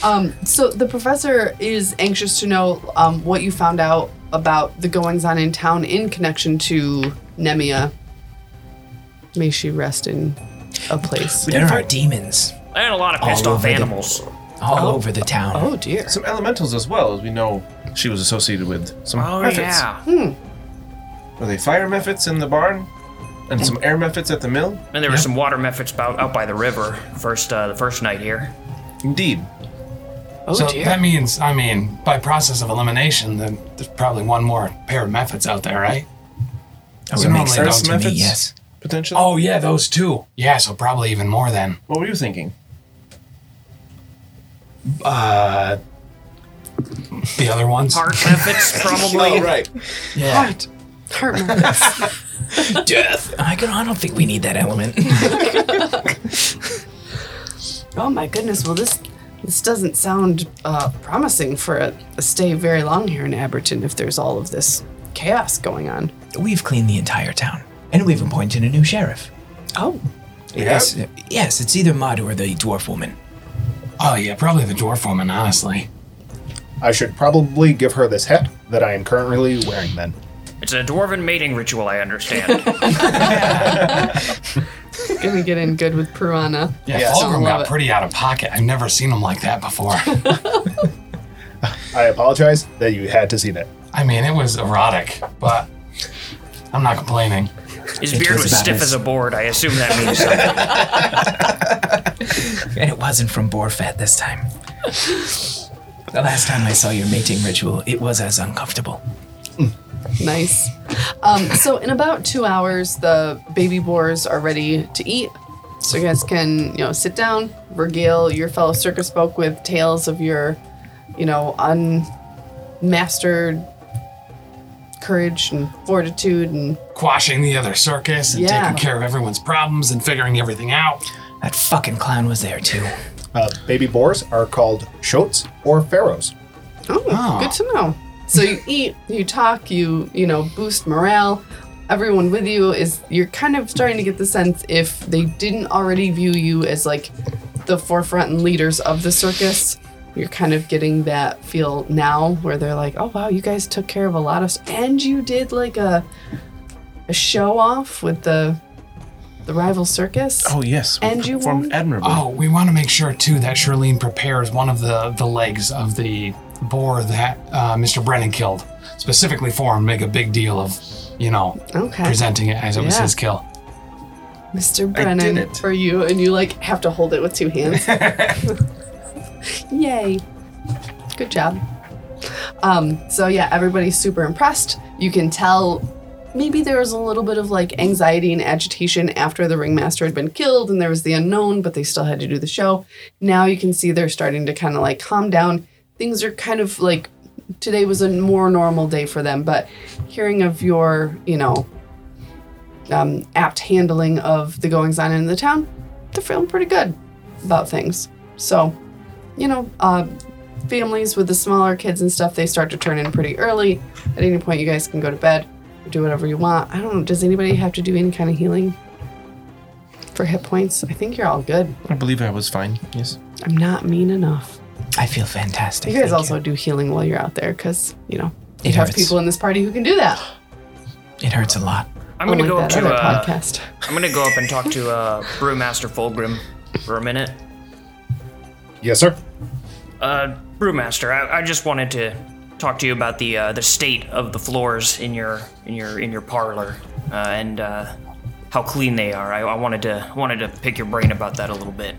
S3: Um, so the professor is anxious to know um, what you found out about the goings on in town in connection to Nemia. May she rest in a place.
S5: there are demons
S6: And a lot of
S5: All
S6: pissed off
S5: over the-
S6: animals.
S5: all over the town.
S3: Oh dear.
S4: Some elementals as well, as we know she was associated with some
S6: Oh
S4: methods.
S6: yeah.
S4: Were they fire methods in the barn? And some air methods at the mill?
S6: And there were some water methods about out by the river first uh, the first night here.
S4: Indeed.
S3: Oh
S2: so
S3: dear.
S2: that means, I mean, by process of elimination, then there's probably one more pair of methods out there, right?
S5: That
S2: So
S5: would make
S2: normally
S5: sense
S2: those
S5: to
S4: methods-
S5: me, yes.
S4: Potentially?
S2: Oh, yeah, those two. Yeah, so probably even more then.
S4: What were you thinking?
S2: The other ones?
S6: Heart methods probably.
S4: right.
S2: Yeah.
S3: Heart murmur.
S5: Death! I, can, I don't think we need that element.
S3: oh my goodness. Well, this this doesn't sound uh, promising for a, a stay very long here in Aberton if there's all of this chaos going on.
S5: We've cleaned the entire town, and we've appointed a new sheriff.
S3: Oh.
S5: Yes, yes, it's either Maud or the dwarf woman.
S2: Oh, yeah, probably the dwarf woman, honestly.
S1: I should probably give her this hat that I am currently wearing then.
S6: It's a dwarven mating ritual, I understand.
S3: Gonna get in good with Piranha.
S2: Yeah,
S1: Yes.
S2: Fulgrim
S3: Love
S2: got
S3: it.
S2: pretty out of pocket. I've never seen him like that before.
S1: I apologize that you had to see that.
S2: I mean, it was erotic, but I'm not complaining.
S6: His beard
S5: was
S6: was
S5: about
S6: stiff
S5: as-
S6: as a board. I assume that means something.
S5: And it wasn't from Borfat this time. the last time I saw your mating ritual, it was as uncomfortable.
S3: Nice. Um, so in about two hours, the baby boars are ready to eat. So you guys can, you know, sit down, regale your fellow circus folk with tales of your, you know, unmastered courage and fortitude and
S2: Quashing the other circus and
S3: Yeah.
S2: taking care of everyone's problems and figuring everything out.
S5: That fucking clown was there too.
S1: Uh, baby boars are called shotes or pharaohs.
S3: Oh, good to know. So you eat, you talk, you you know boost morale. Everyone with you is you're kind of starting to get the sense if they didn't already view you as like the forefront and leaders of the circus, you're kind of getting that feel now where they're like, oh wow, you guys took care of a lot of, s- and you did like a a show off with the the rival circus.
S4: Oh, yes. we
S3: And you
S4: performed
S3: won?
S4: admirably.
S2: Oh, we want to make sure too that Charlene prepares one of the the legs of the boar that uh, Mr. Brennan killed specifically for him. Make a big deal of, you know,
S3: Okay.
S2: presenting it as it was
S3: Yeah.
S2: his kill.
S3: Mr.
S4: did
S3: Brennan
S4: it.
S3: for you, and you like have to hold it with two hands. Yay. Good job. Um, so yeah, everybody's super impressed. You can tell maybe there was a little bit of like anxiety and agitation after the ringmaster had been killed and there was the unknown, but they still had to do the show. Now you can see they're starting to kind of like calm down. Things are kind of like today was a more normal day for them, but hearing of your, you know, um, apt handling of the goings on in the town, they're feeling pretty good about things. So, you know, uh, families with the smaller kids and stuff, they start to turn in pretty early. At any point, you guys can go to bed, do whatever you want. I don't know. Does anybody have to do any kind of healing for hit points? I think you're all good.
S4: I believe I was fine. Yes.
S3: I'm not mean enough.
S5: I feel fantastic.
S3: You guys
S5: thank
S3: also do healing while you're out there because, you know, you
S5: It
S3: have
S5: hurts.
S3: people in this party who can do that.
S5: It hurts a lot.
S6: I'm gonna
S3: Unlike
S6: go up
S3: that
S6: to
S3: other
S6: uh,
S3: podcast.
S6: I'm gonna go up and talk to uh, Brewmaster Fulgrim for a minute.
S1: Yes, sir.
S6: Uh, Brewmaster, I, I just wanted to talk to you about the uh, the state of the floors in your in your in your parlor uh, and uh, how clean they are. I, I wanted to wanted to pick your brain about that a little bit.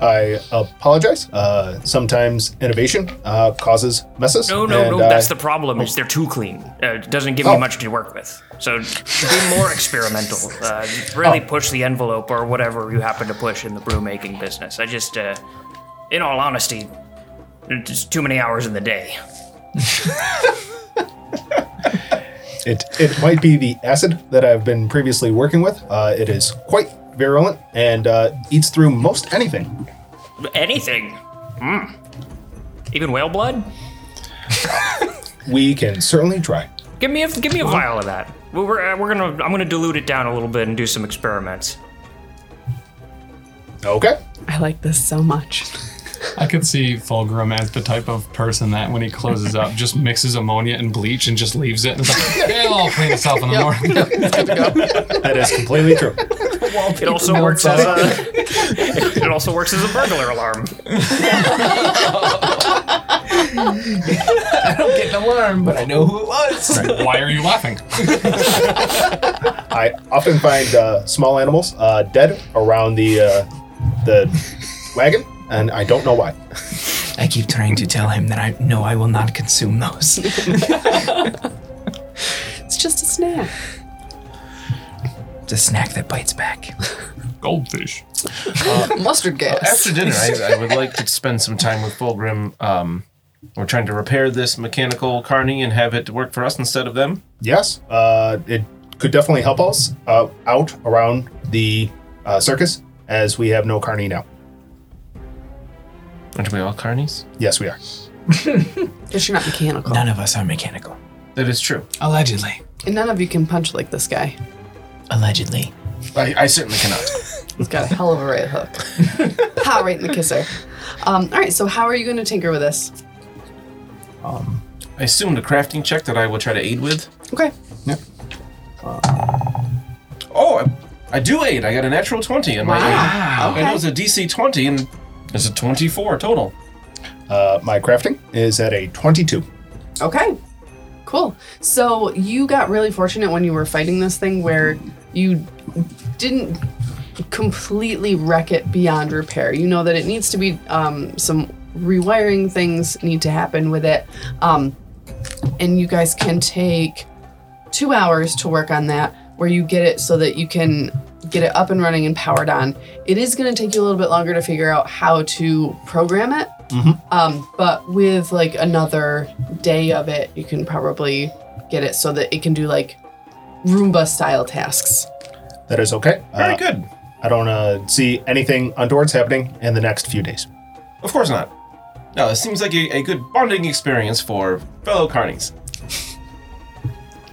S1: I apologize. Uh, sometimes innovation uh, causes messes.
S6: No, no,
S1: and,
S6: no.
S1: uh,
S6: That's the problem. Is they're too clean. Uh, it doesn't give me
S1: Oh.
S6: much to work with. So be more experimental. Uh,
S1: Oh.
S6: really push the envelope or whatever you happen to push in the brewmaking business. I just uh, in all honesty, it's just too many hours in the day.
S1: It it might be the acid that I've been previously working with. Uh, it is quite virulent and uh, eats through most anything.
S6: Anything. Mm. Even whale blood?
S1: We can certainly try.
S6: Give me a give me a vial of that. Well, we're uh, we're gonna I'm gonna dilute it down a little bit and do some experiments.
S1: Okay.
S3: I like this so much.
S8: I could see Fulgrim as the type of person that when he closes up just mixes ammonia and bleach and just leaves it and it's like, yeah, it'll clean itself in the morning.
S1: That is completely true.
S6: It also works as a it also works as a burglar alarm.
S5: Get an alarm, but I know who it was.
S8: Why are you laughing?
S1: I often find uh, small animals uh, dead around the uh, the wagon, and I don't know why.
S5: I keep trying to tell him that I no, I will not consume those.
S3: It's just a snack.
S5: it's a snack that bites back.
S8: Goldfish.
S3: Mustard gas.
S4: After dinner, I, I would like to spend some time with Fulgrim. Um, we're trying to repair this mechanical carney and have it work for us instead of them.
S1: Yes, uh, it could definitely help us uh, out around the uh, circus, as we have no carney now.
S4: Aren't we all carnies?
S1: Yes, we are.
S3: Because you're not mechanical.
S5: None of us are mechanical.
S4: That is true.
S5: Allegedly.
S3: And none of you can punch like this guy.
S5: Allegedly.
S4: I, I certainly cannot.
S3: He's got a hell of a right hook. ha, right in the kisser. Um, all right, so how are you going to tinker with this?
S4: I assumed a crafting check that I will try to aid with.
S3: Okay.
S4: Oh, I, I do aid. I got a natural 20 in my aid.
S3: Wow.
S4: And it
S3: Okay.
S4: was a DC 20, and it's a 24 total.
S1: Uh, my crafting is at a 22.
S3: Okay. Cool. So you got really fortunate when you were fighting this thing where you didn't completely wreck it beyond repair. You know that it needs to be um, some rewiring things need to happen with it. Um, and you guys can take two hours to work on that where you get it so that you can get it up and running and powered on. It is going to take you a little bit longer to figure out how to program it. Um, but with like another day of it, you can probably get it so that it can do like Roomba style tasks.
S1: That is okay.
S4: Very
S1: Uh,
S4: good.
S1: I don't uh, see anything untowards happening in the next few days.
S4: Of course not. No, this seems like a, a good bonding experience for fellow carnies.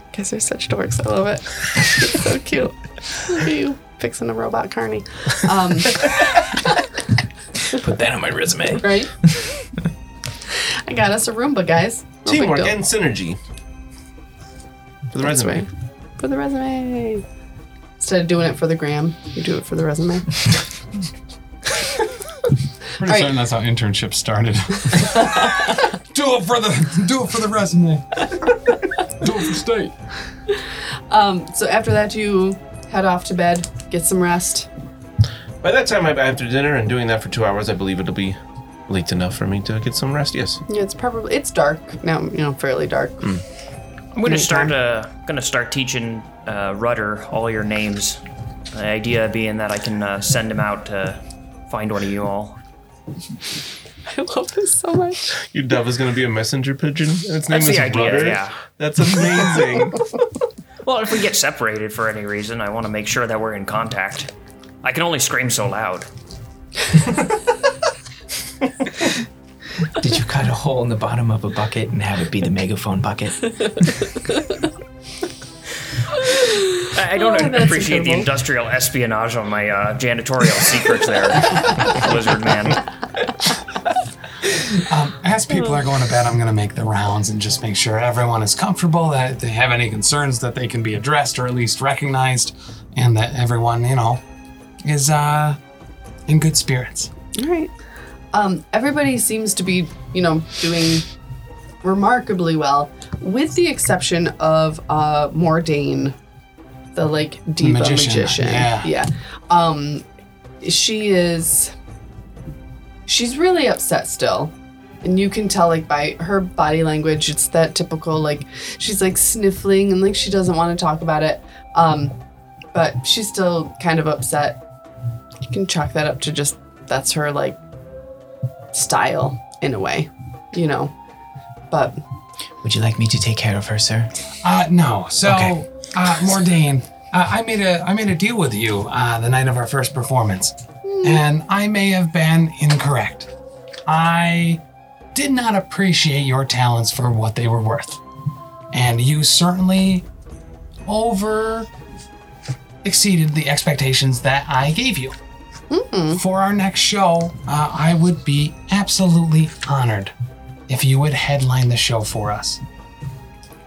S3: Because they're such dorks, I love it. It's so cute. Look at you fixing a robot carney. Um,
S5: Put that on my resume.
S3: right? I got us a Roomba, guys. No big
S4: Teamwork
S3: deal.
S4: and synergy. For the
S3: That's
S4: resume.
S3: right. For the resume. Instead of doing it for the gram, you do it for the resume.
S8: Pretty
S3: All right.
S8: certain that's how internships started.
S2: Do it for the do it for the resume.
S8: Do it for state.
S3: Um, so after that, you head off to bed, get some rest.
S4: By that time, I'm after dinner and doing that for two hours, I believe it'll be late enough for me to get some rest. Yes.
S3: Yeah, it's probably it's dark now. You know, fairly dark.
S6: I'm gonna start uh gonna start teaching uh, Rudder all your names. The idea being that I can uh, send him out to find one of you all.
S3: I love this so much.
S4: Your dove is going to be a messenger pigeon. and Its name
S6: That's
S4: is
S6: the idea,
S4: Rudder.
S6: yeah.
S4: That's amazing.
S6: Well, if we get separated for any reason, I want to make sure that we're in contact. I can only scream so loud.
S5: Did you cut a hole in the bottom of a bucket and have it be the megaphone bucket?
S6: I, I don't
S3: that's
S6: appreciate the
S3: adorable.
S6: industrial espionage on my uh, janitorial secrets there, lizard man.
S2: Um, As people are going to bed, I'm gonna make the rounds and just make sure everyone is comfortable, that if they have any concerns that they can be addressed or at least recognized, and that everyone, you know, is uh in good spirits.
S3: All right. Um, everybody seems to be, you know, doing remarkably well, with the exception of uh, Mordane, the like diva
S2: magician,
S3: magician.
S2: yeah.
S3: Um, she is. She's really upset still. And you can tell, like, by her body language, it's that typical, like, she's like sniffling and like she doesn't want to talk about it. Um, but she's still kind of upset. You can chalk that up to just that's her like style in a way, you know. But
S5: Would you like me to take care of her, sir?
S2: Uh, no. So,
S5: Okay.
S2: uh, Mordane, uh, I made a I made a deal with you uh, the night of our first performance, and I may have been incorrect. I did not appreciate your talents for what they were worth, and you certainly over exceeded the expectations that I gave you. For our next show, uh, I would be absolutely honored if you would headline the show for us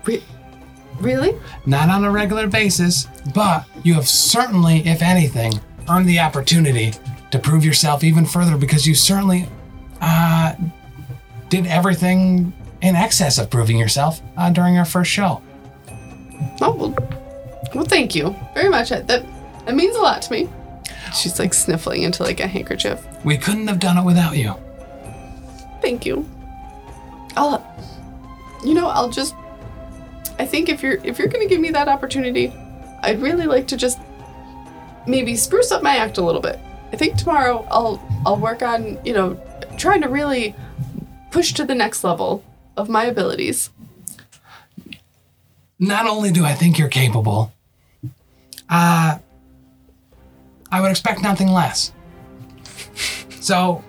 S3: re- really,
S2: not on a regular basis, but you have certainly, if anything, earned the opportunity to prove yourself even further because you certainly uh, did everything in excess of proving yourself uh, during our first show.
S3: oh well, well, thank you very much. I, that that means a lot to me. She's like sniffling into like a handkerchief.
S2: We couldn't have done it without you.
S3: Thank you. I'll, you know, I'll just. I think if you're if you're gonna give me that opportunity, I'd really like to just maybe spruce up my act a little bit. I think tomorrow I'll I'll work on you know trying to really push to the next level of my abilities.
S2: Not only do I think you're capable, uh, I would expect nothing less. So,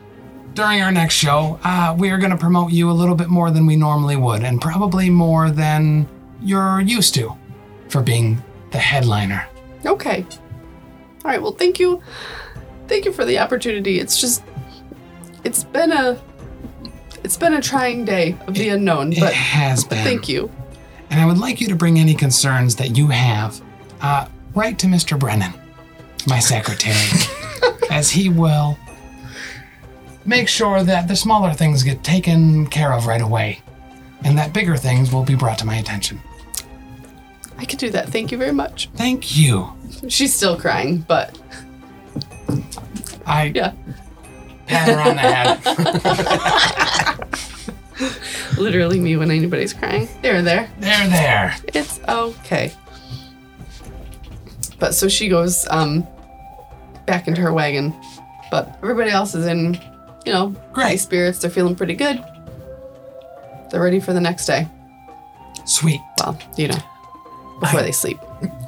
S2: during our next show, uh, we are going to promote you a little bit more than we normally would, and probably more than you're used to for being the headliner.
S3: Okay. All right. Well, thank you, thank you for the opportunity. It's just it's been a it's been a trying day of the unknown,
S2: it
S3: but
S2: has been.
S3: thank you.
S2: And I would like you to bring any concerns that you have uh, right to Mr. Brennan, my secretary, as he will make sure that the smaller things get taken care of right away and that bigger things will be brought to my attention.
S3: I could do that. Thank you very much.
S2: Thank you.
S3: She's still crying, but
S2: I
S3: yeah,
S2: pat her on the head.
S3: literally me when anybody's crying. There, there.
S2: There, there.
S3: It's okay. But so she goes um back into her wagon, but everybody else is in, you know, high
S2: Great.
S3: spirits. They're feeling pretty good. They're ready for the next day.
S2: Sweet.
S3: Well, you know, before they sleep.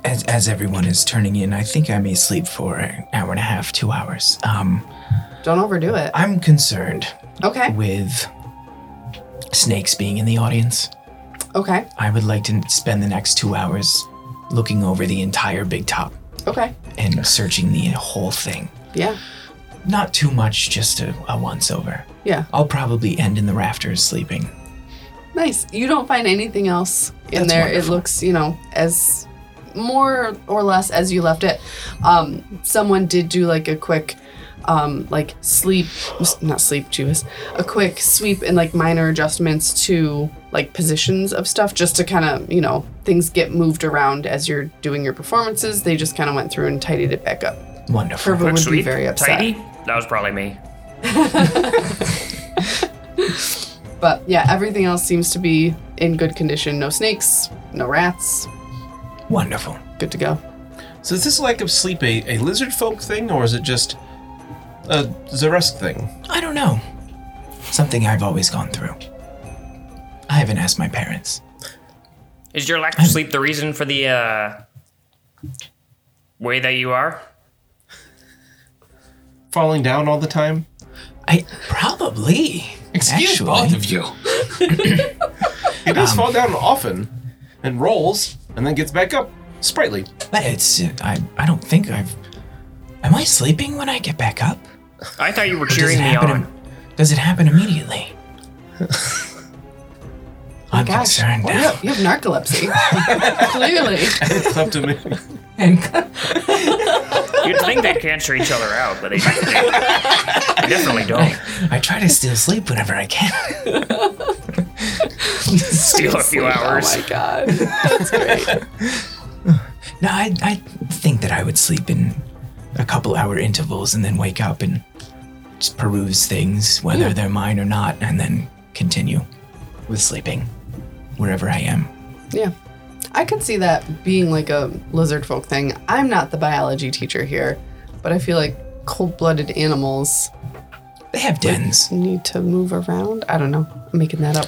S5: As, as everyone is turning in, I think I may sleep for an hour and a half, two hours. Um,
S3: Don't overdo it.
S5: I'm concerned
S3: Okay.
S5: with snakes being in the audience.
S3: Okay.
S5: I would like to spend the next two hours looking over the entire Big Top
S3: Okay.
S5: and searching the whole thing.
S3: Yeah.
S5: Not too much, just a, a once over.
S3: Yeah.
S5: I'll probably end in the rafters sleeping.
S3: Nice. You don't find anything else in
S5: That's
S3: there.
S5: wonderful.
S3: It looks, you know, as more or less as you left it. Um, someone did do like a quick, um, like sleep, not sleep, Jeebus, a quick sweep and like minor adjustments to like positions of stuff just to kind of, you know, things get moved around as you're doing your performances. They just kind of went through and tidied it back up.
S5: Wonderful.
S3: Herva would be
S6: Sweet,
S3: very upset.
S6: Tidy? That was probably me.
S3: But yeah, everything else seems to be in good condition. No snakes, no rats.
S5: Wonderful.
S3: Good to go.
S4: So is this lack of sleep a, a lizard folk thing, or is it just a Zaresk thing?
S5: I don't know. Something I've always gone through. I haven't asked my parents.
S6: Is your lack of sleep the reason for the uh, way that you are?
S4: Falling down all the time?
S5: I probably.
S2: Excuse
S5: actually.
S2: both of you.
S4: He does
S2: Um.
S4: fall down often, and rolls, and then gets back up. Sprightly.
S5: But it's I I don't think I've Am I sleeping when I get back up?
S6: I thought you were
S5: Or does it
S6: cheering me
S5: happen
S6: on.
S5: im- does it happen immediately? I'm
S3: gosh.
S5: concerned now.
S3: You have narcolepsy. Clearly.
S4: It's up to me.
S6: You'd think they cancel each other out, but they they definitely don't.
S5: I try to steal sleep whenever I can.
S6: Steal a few hours.
S3: Oh my god. That's great.
S5: No, I, I think that I would sleep in a couple hour intervals and then wake up and just peruse things, whether they're mine or not, and then continue with sleeping wherever I am.
S3: Yeah. I could see that being like a lizard folk thing. I'm not the biology teacher here, but I feel like cold blooded animals
S5: They have dens.
S3: need to move around. I don't know. I'm making that up.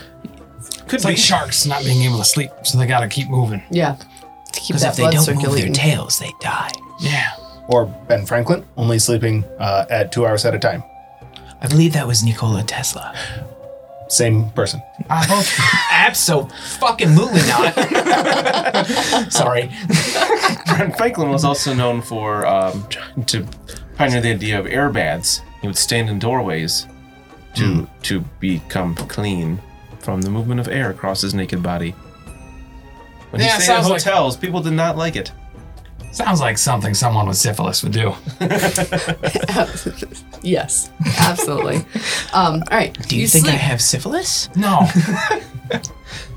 S4: Could
S2: It's like sharks not being able to sleep, so they gotta keep moving.
S3: Yeah. To keep
S5: Because
S3: that
S5: if they
S3: blood
S5: don't move their
S3: circulating.
S5: tails, they die.
S2: Yeah.
S1: Or Ben Franklin, only sleeping uh, at two hours at a time.
S5: I believe that was Nikola Tesla.
S1: Same person.
S2: Uh, both.
S5: Abso fucking not. Sorry.
S4: Brent Franklin was also known for um, trying to pioneer the idea of air baths. He would stand in doorways to
S2: Hmm.
S4: to become clean from the movement of air across his naked body. When
S2: Yeah,
S4: he stayed at
S2: sounds like-
S4: hotels, people did not like it.
S2: Sounds like something someone with syphilis would do.
S3: yes, absolutely. um, all right.
S5: Do you, think I
S3: sleep.
S5: have syphilis?
S2: No.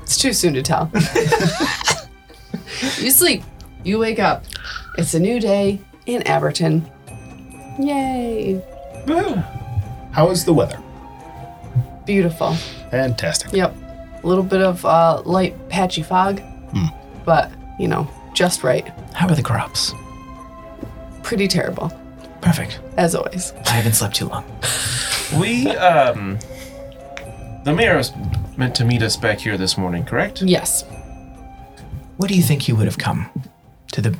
S3: It's too soon to tell. you sleep. You wake up. It's a new day in Aberton. Yay.
S1: How is the weather?
S3: Beautiful.
S1: Fantastic.
S3: Yep. A little bit of uh, light, patchy fog,
S5: Hmm.
S3: but, you know, just right.
S5: How are the crops?
S3: Pretty terrible,
S5: Perfect.
S3: as always.
S5: I haven't slept too long.
S4: We um, the mayor was meant to meet us back here this morning, correct?
S3: Yes.
S5: What do you think you would have come to the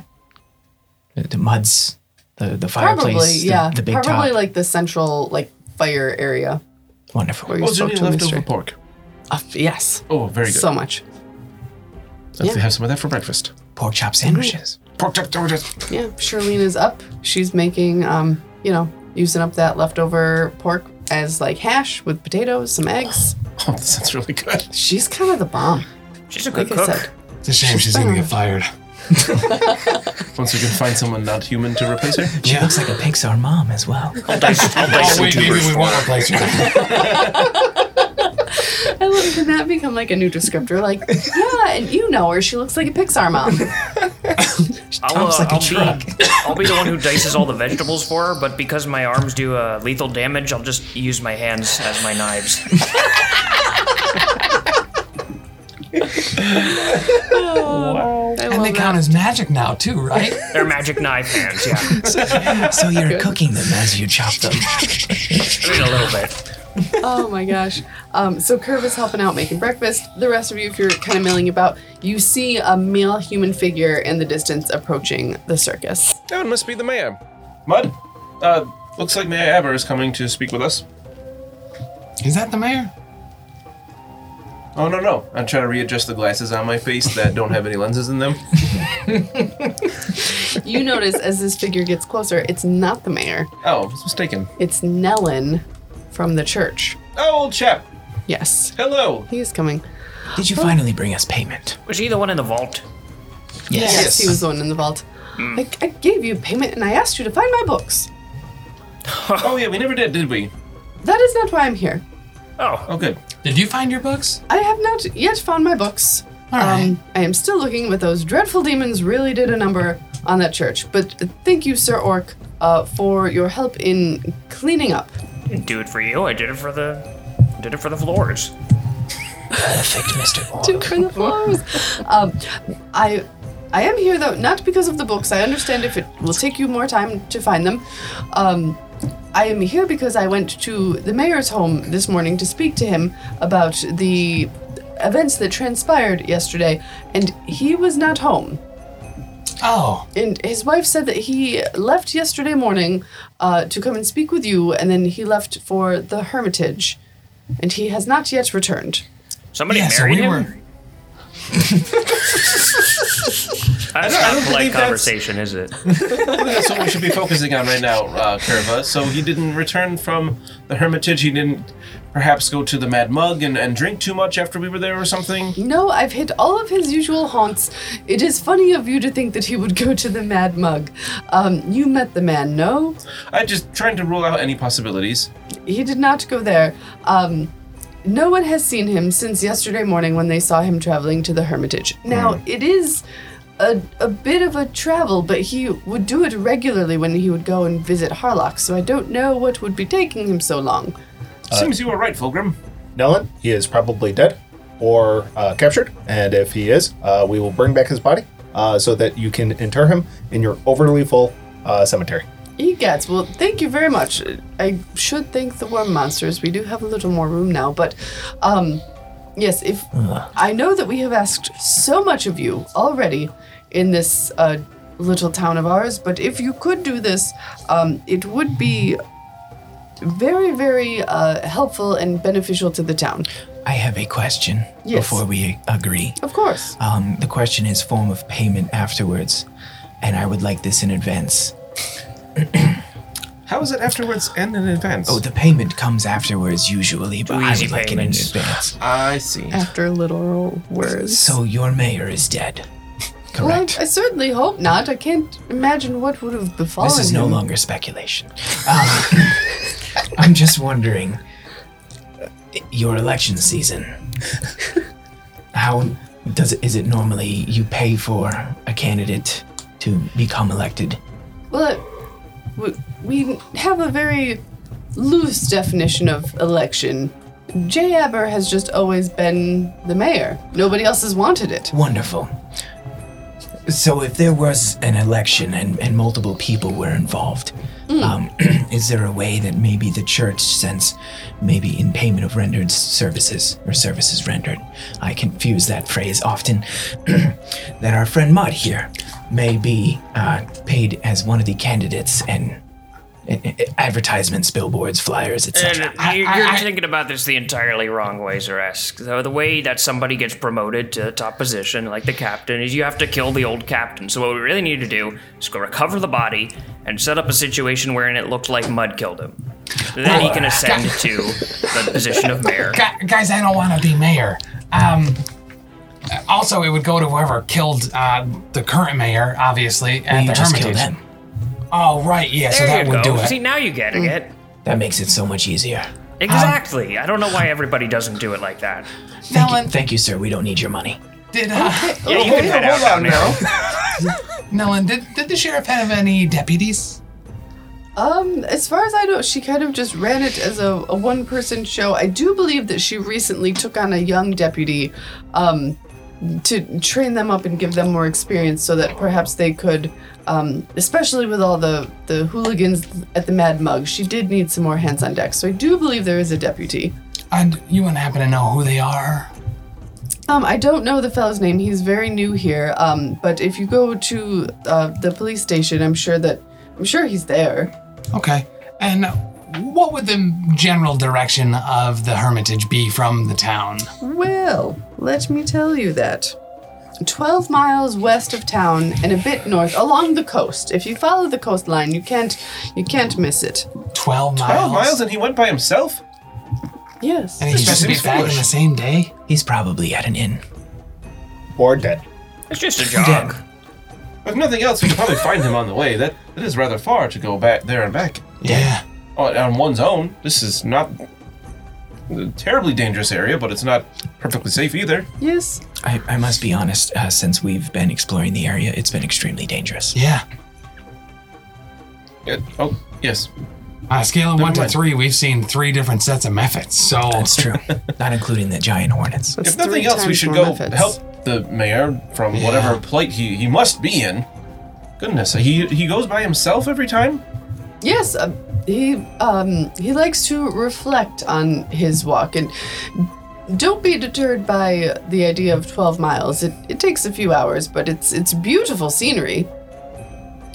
S5: the muds, the the
S3: Probably,
S5: fireplace, the-
S3: yeah.
S5: the, big
S3: Probably
S5: top?
S3: like the central, like, fire area
S5: Wonderful.
S3: where you
S4: Oh,
S3: spoke
S4: Jenny
S3: to
S4: left over
S3: Mr.
S4: pork.
S3: Uh, yes.
S4: Oh, very good.
S3: So much.
S4: Let's
S3: yeah.
S4: have some of that for breakfast.
S5: Pork chop sandwiches.
S4: Pork chop sandwiches.
S3: Yeah, Charlena's up. She's making, um, you know, using up that leftover pork as like hash with potatoes, some eggs.
S4: Oh, that sounds really good.
S3: She's kind of the bomb.
S6: She's a good
S3: Like I
S6: cook.
S3: said,
S2: It's a shame she's gonna get fired.
S4: Once we can find someone not human to replace her.
S5: She looks like a Pixar mom as well.
S2: Oh, wait, maybe we won't replace her.
S3: I love can that become like a new descriptor? Like, yeah, and you know her. She looks like a Pixar mom.
S6: I'll, uh,
S5: Tom's like a
S6: I'll Be, I'll be the one who dices all the vegetables for her, but because my arms do uh, lethal damage, I'll just use my hands as my knives.
S2: And they count as magic now too, right?
S6: They're magic knife hands, yeah. I
S5: So you're cooking them as you chop them.
S6: mean, a little bit.
S3: oh my gosh. Um, so Curve is helping out making breakfast. The rest of you, if you're kind of milling about, you see a male human figure in the distance approaching the circus.
S4: Oh, it must be the mayor. Mud? Uh, looks like Mayor Aber is coming to speak with us.
S2: Is that the mayor?
S4: Oh, no, no. I'm trying to readjust the glasses on my face that don't have any lenses in them.
S3: You notice as this figure gets closer, it's not the mayor.
S4: Oh, I was mistaken.
S3: It's Nellen from the church.
S4: Oh, old chap.
S3: Yes,
S4: Hello.
S3: he is coming.
S5: Did you finally bring us payment?
S6: Was he the one in the vault?
S5: Yes.
S3: Yes, he was the one in the vault. I, I gave you payment and I asked you to find my books.
S4: Oh, yeah, we never did, did we?
S3: That is not why I'm here.
S6: Oh,
S4: Oh, good.
S2: Did you find your books?
S3: I have not yet found my books. Um, I am still looking, but those dreadful demons really did a number on that church. But thank you, Sir Orc, uh, for your help in cleaning up.
S6: I didn't do it for you. I did it for the, I did it for the floors.
S5: Perfect, Mr. Orc.
S3: Do it for the floors. um, I, I am here though not because of the books. I understand if it will take you more time to find them. Um, I am here because I went to the mayor's home this morning to speak to him about the events that transpired yesterday, and he was not home.
S2: Oh,
S3: And his wife said that he left yesterday morning uh, to come and speak with you, and then he left for the Hermitage, and he has not yet returned.
S6: Somebody
S2: yeah.
S6: married
S2: So we
S6: him.
S2: were.
S6: That's not a polite
S4: believe that's-
S6: conversation, is it?
S4: That's what we should be focusing on right now, uh, Curva. So he didn't return from the hermitage. He didn't perhaps go to the Mad Mug and, and drink too much after we were there or something.
S3: No, I've hit all of his usual haunts. It is funny of you to think that he would go to the Mad Mug. Um, you met the man, no?
S4: I just trying to rule out any possibilities.
S3: He did not go there. Um, no one has seen him since yesterday morning when they saw him traveling to the Hermitage. Now, it is a, a bit of a travel, but he would do it regularly when he would go and visit Harlock, so I don't know what would be taking him so long.
S4: Seems you were right, Fulgrim.
S1: Nellen, he is probably dead or uh, captured. And if he is, uh, we will bring back his body uh, so that you can inter him in your overly full uh, cemetery.
S3: Egads, well, thank you very much. I should thank the worm monsters. We do have a little more room now, but um, yes, if I know that we have asked so much of you already in this uh, little town of ours, but if you could do this, um, it would be very, very uh, helpful and beneficial to the town.
S5: I have a question
S3: Yes.
S5: before we agree.
S3: Of course.
S5: Um, the question is form of payment afterwards, and I would like this in advance.
S4: How is it afterwards and in advance?
S5: Oh, the payment comes afterwards usually, but I
S6: Easy
S5: would like it in
S6: payments.
S5: advance.
S4: I see.
S3: After literal words.
S5: So your mayor is dead,
S3: well,
S5: correct?
S3: I, I certainly hope not. I can't imagine what would have befallen
S5: this is no
S3: him.
S5: longer speculation. Um, I'm just wondering uh, your election season. How does it, is it normally you pay for a candidate to become elected?
S3: Well, we- we have a very loose definition of election. Jay Aber has just always been the mayor. Nobody else has wanted it.
S5: Wonderful. So, if there was an election and, and multiple people were involved, um, is there a way that maybe the church sends, maybe in payment of rendered services or services rendered? I confuse that phrase often. that our friend Mud here may be uh, paid as one of the candidates and. a- a- Advertisements, billboards, flyers, etc.
S6: you're thinking about this the entirely wrong way, Zeresk. So the way that somebody gets promoted to the top position, like the captain, is you have to kill the old captain. So what we really need to do is go recover the body and set up a situation wherein it looked like Mud killed him. Then he can ascend to the position of mayor.
S2: Gu- guys, I don't want to be mayor. Um, also, it would go to whoever killed uh, the current mayor, obviously, at
S5: You
S2: the
S5: just kill
S2: Hermitage.
S5: them.
S2: Oh, right, yeah. so
S6: There
S2: that
S6: you
S2: would
S6: go.
S2: do it.
S6: See, now you're getting it.
S5: That makes it so much easier.
S6: Exactly. I don't know why everybody doesn't do it like that.
S5: Thank you,
S2: Nellen,
S5: thank you, sir. We don't need your money.
S2: did uh,
S6: Yeah, you can head out now.
S2: Nellen, did, did the sheriff have any deputies?
S3: Um, as far as I know, she kind of just ran it as a, a one person show. I do believe that she recently took on a young deputy um, to train them up and give them more experience so that perhaps they could, um, especially with all the, the hooligans at the Mad Mug, she did need some more hands on deck. So I do believe there is a deputy.
S2: And you wouldn't happen to know who they are?
S3: Um, I don't know the fellow's name. He's very new here. Um, but if you go to uh, the police station, I'm sure that I'm sure he's there.
S2: Okay. And what would the general direction of the Hermitage be from the town?
S3: Well, let me tell you that. 12 miles west of town and a bit north along the coast. If you follow the coastline, you can't you can't miss it.
S2: 12 miles.
S4: Twelve miles, and he went by himself.
S3: Yes.
S2: And he's supposed to be
S4: seems
S2: back
S4: foolish.
S2: in the same day?
S5: He's probably at an inn.
S1: Or dead.
S6: It's just a jog.
S4: If nothing else, we can probably find him on the way. That that is rather far to go back there and back
S2: Yeah.
S4: on, on one's own. This is not a terribly dangerous area, but it's not perfectly safe either.
S3: Yes.
S5: I, I must be honest, uh, since we've been exploring the area, it's been extremely dangerous.
S2: Yeah.
S4: Yeah, oh yes,
S2: On a scale of
S4: Never
S2: one to
S4: mind.
S2: three, we've seen three different sets of methods. So
S5: That's true. Not including the giant hornets.
S3: That's
S4: if nothing
S3: three
S4: else, we
S3: times
S4: should
S3: more
S4: go
S3: methods.
S4: help the mayor from whatever plight he, he must be in. Goodness, he he goes by himself every time.
S3: Yes, uh, he um he likes to reflect on his walk and don't be deterred by the idea of 12 miles. It, it takes a few hours, but it's it's beautiful scenery.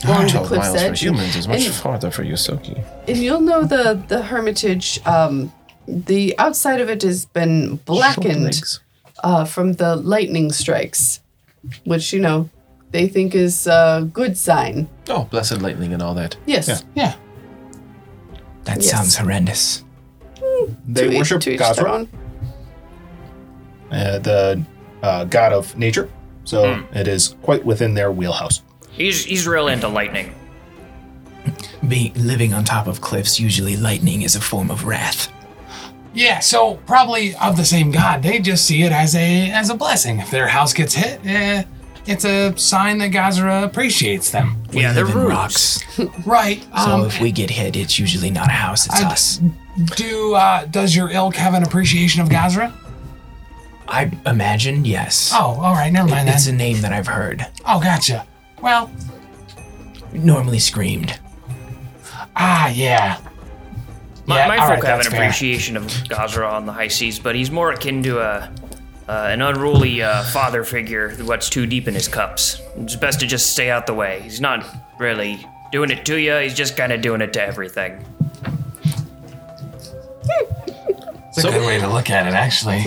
S3: Going to
S4: Twelve
S3: Cliff's
S4: miles for
S3: Edge.
S4: humans is much
S3: And-
S4: farther for Yosoki.
S3: and you'll know the the hermitage um the outside of it has been blackened
S4: Legs.
S3: uh, from the lightning strikes which you know they think is a good sign
S4: Oh, blessed lightning and all that.
S3: yes
S2: yeah.
S5: That
S3: Yes.
S5: sounds horrendous.
S1: They
S3: to each-
S1: worship
S3: to each
S1: Godra,
S3: their own.
S1: uh, the uh, god of nature. So it is quite within their wheelhouse.
S6: He's he's real into lightning.
S5: Be living on top of cliffs, usually lightning is a form of wrath.
S2: Yeah, so probably of the same god. They just see it as a as a blessing. If their house gets hit, eh, it's a sign that Gazra appreciates them.
S5: We
S6: Yeah,
S5: live
S6: they're
S5: in
S6: roots.
S5: rocks.
S2: Right.
S5: So
S2: Um,
S5: if we get hit, it's usually not a house, it's
S2: I-
S5: us.
S2: do uh, does your ilk have an appreciation of Gazra?
S5: I imagine, yes.
S2: Oh, all right, never mind
S5: it's
S2: then.
S5: a name that I've heard.
S2: Oh, gotcha. Well,
S5: Normally screamed.
S2: Ah, yeah.
S6: My,
S2: Yeah,
S6: my
S2: all
S6: folk
S2: right,
S6: have
S2: that's
S6: an
S2: fair.
S6: appreciation of Gazra on the high seas, but he's more akin to a uh, an unruly uh, father figure what's too deep in his cups. It's best to just stay out the way. He's not really doing it to you. He's just kind of doing it to everything.
S2: It's a good way to look at it, actually.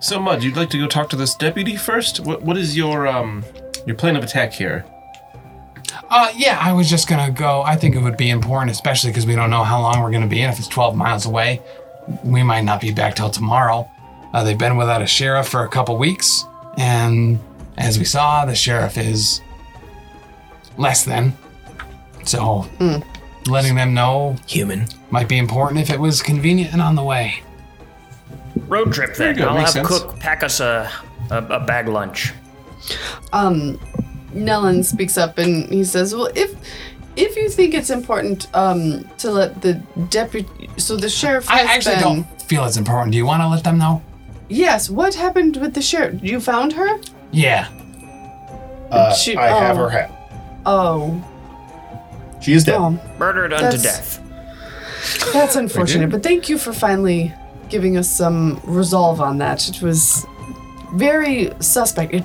S4: So Mud, you'd like to go talk to this deputy first? What, what is your um your plan of attack here?
S2: Uh, yeah, I was just gonna go. I think it would be important, especially because we don't know how long we're gonna be in. If it's 12 miles away, we might not be back till tomorrow. Uh, they've been without a sheriff for a couple weeks, and as we saw, the sheriff is less than. So, letting them know
S5: Human.
S2: might be important if it was convenient and on the way.
S6: Road trip then.
S4: you go,
S6: I'll have
S4: makes sense.
S6: Cook pack us a, a, a bag lunch.
S3: um, Nellon speaks up and he says, "Well, if if you think it's important um, to let the deputy, so the sheriff
S2: I
S3: has
S2: actually
S3: been.
S2: don't feel it's important. Do you want to let them know?
S3: Yes, what happened with the sheriff? You found her?
S2: Yeah.
S1: Uh,
S3: She-
S1: I have
S3: oh.
S1: her hat.
S3: Oh,
S1: She is dead.
S3: oh,
S6: Murdered unto
S3: That's-
S6: death.
S3: that's unfortunate. But thank you for finally giving us some resolve on that. It was very suspect. It,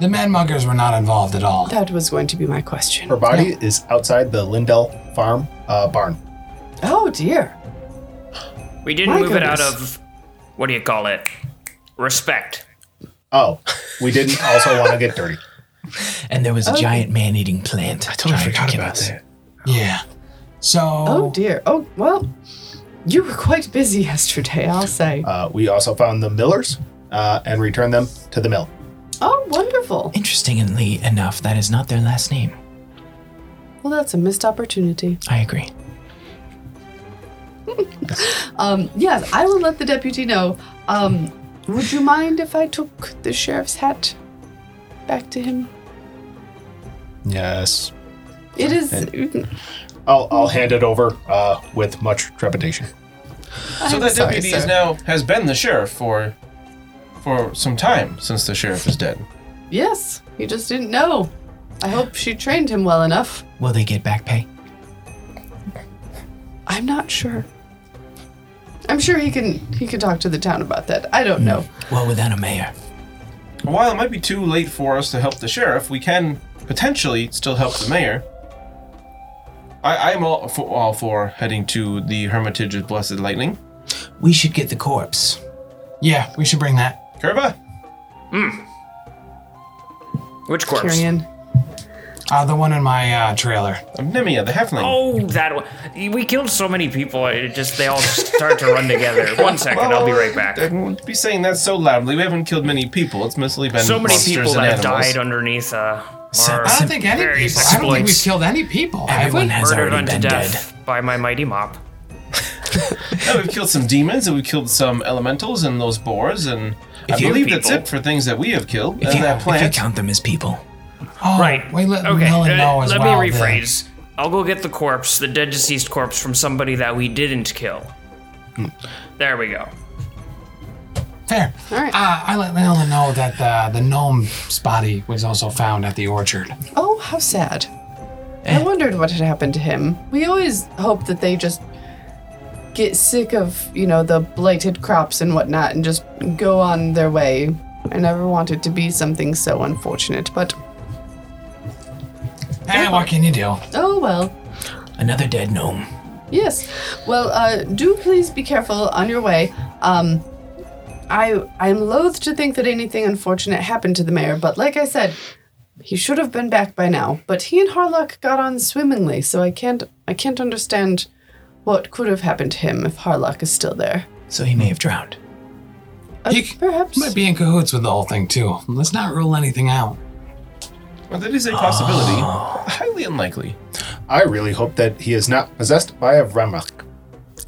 S2: The man muggers were not involved at all.
S3: that was going to be my question.
S1: Her body is outside the Lindell Farm uh, barn.
S3: Oh dear.
S6: We didn't
S3: My
S6: move it out
S3: goodness.
S6: of what do you call it? Respect.
S1: Oh, we didn't also want to get dirty.
S5: And there
S2: Oh,
S5: was a giant man eating plant. I totally forgot about that.
S2: Yeah. So.
S3: Oh dear. Oh well, you were quite busy yesterday. I'll say.
S1: Uh, we also found the millers uh, and returned them to the mill.
S3: oh, wonderful.
S5: Interestingly enough, that is not their last name.
S3: Well, that's a missed opportunity.
S5: I agree.
S3: Um, yes, I will let the deputy know. Um, would you mind if I took the sheriff's hat back to him?
S1: Yes.
S3: It is.
S1: I'll, I'll hand it over uh, with much trepidation.
S4: so
S3: I'm
S4: that
S3: sorry,
S4: deputy
S3: sir.
S4: is now has been the sheriff for for some time since the sheriff is dead.
S3: Yes, he just didn't know. I hope she trained him well enough.
S5: Will they get back pay?
S3: I'm not sure. I'm sure he can he can talk to the town about that. I don't know.
S5: Well, without a mayor.
S4: While it might be too late for us to help the sheriff, we can potentially still help the mayor. I, I'm all for, all for heading to the Hermitage of Blessed Lightning.
S5: We should get the corpse.
S2: Yeah, we should bring that.
S4: Kerba,
S6: Which corpse?
S3: Tyrion.
S2: Uh, the one in my uh, trailer.
S4: of Nemia, the halfling.
S6: Oh, that one. We killed so many people. It just they all just start to run together. One second, I'll be right back.
S4: I won't be saying that so loudly. We haven't killed many people. It's mostly been
S6: So many
S4: monsters
S6: people
S4: and
S6: that have
S4: animals.
S6: died underneath. Uh, are
S2: I don't think any
S6: various
S2: people. I don't think we've
S6: exploits
S2: killed any people. have we?
S5: Everyone has
S6: murdered
S5: already
S6: unto
S5: been
S6: death
S5: dead.
S6: by my mighty mop.
S4: Yeah, we've killed some demons and we've killed some elementals and those boars and I
S5: you-
S4: believe that's
S6: people.
S4: it for things that we have killed.
S5: If
S4: and
S5: you,
S4: that
S5: if you
S4: plant.
S5: count them as people.
S2: Oh,
S6: Right.
S2: Wait, let
S6: okay.
S2: Nolan
S6: uh,
S2: know as
S6: let
S2: well.
S6: me
S2: that-
S6: rephrase. I'll go get the corpse, the dead deceased corpse, from somebody that we didn't kill. There we go.
S2: Fair.
S3: All right.
S2: Uh, I let Nolan know that uh, the, the gnome's body was also found at the orchard. Eh,
S3: Oh, how sad. I wondered what had happened to him. We always hope that they just get sick of, you know, the blighted crops and whatnot and just go on their way. I never wanted to be something so unfortunate, but
S2: Hey, what can you do?
S3: oh well.
S5: Another dead gnome.
S3: Yes. Well, uh, do please be careful on your way. Um, I I'm loath to think that anything unfortunate happened to the mayor, but like I said, he should have been back by now. But he and Harlock got on swimmingly, so I can't I can't understand what could have happened to him if Harlock is still there.
S5: So he may have drowned.
S3: Uh,
S2: He c-
S3: perhaps.
S2: Might be in cahoots with the whole thing, too. Let's not rule anything out.
S4: Well, that is a possibility.
S6: Ah.
S4: Highly unlikely.
S1: I really hope that he is not possessed by a Remach.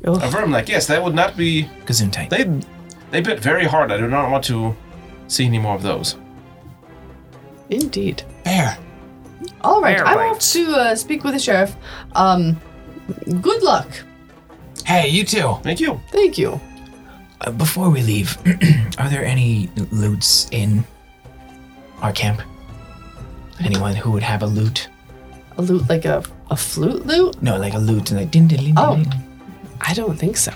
S3: Oh,
S2: Oh.
S4: A vermin like yes, that would not be.
S5: Gesundheit.
S4: They they bit very hard. I do not want to see any more of those.
S3: Indeed.
S2: Fair.
S3: All right,
S6: Bear
S3: I'm off
S6: bites.
S3: to uh, speak with the sheriff. Um, good luck.
S2: Hey, you too.
S4: Thank you.
S3: Thank you.
S5: Uh, before we leave, are there any loots in our camp? Anyone who would have a loot?
S3: A loot like a
S9: A flute lute?
S5: No, like a lute, like din din din. din,
S9: Oh.
S5: din.
S9: I don't think so.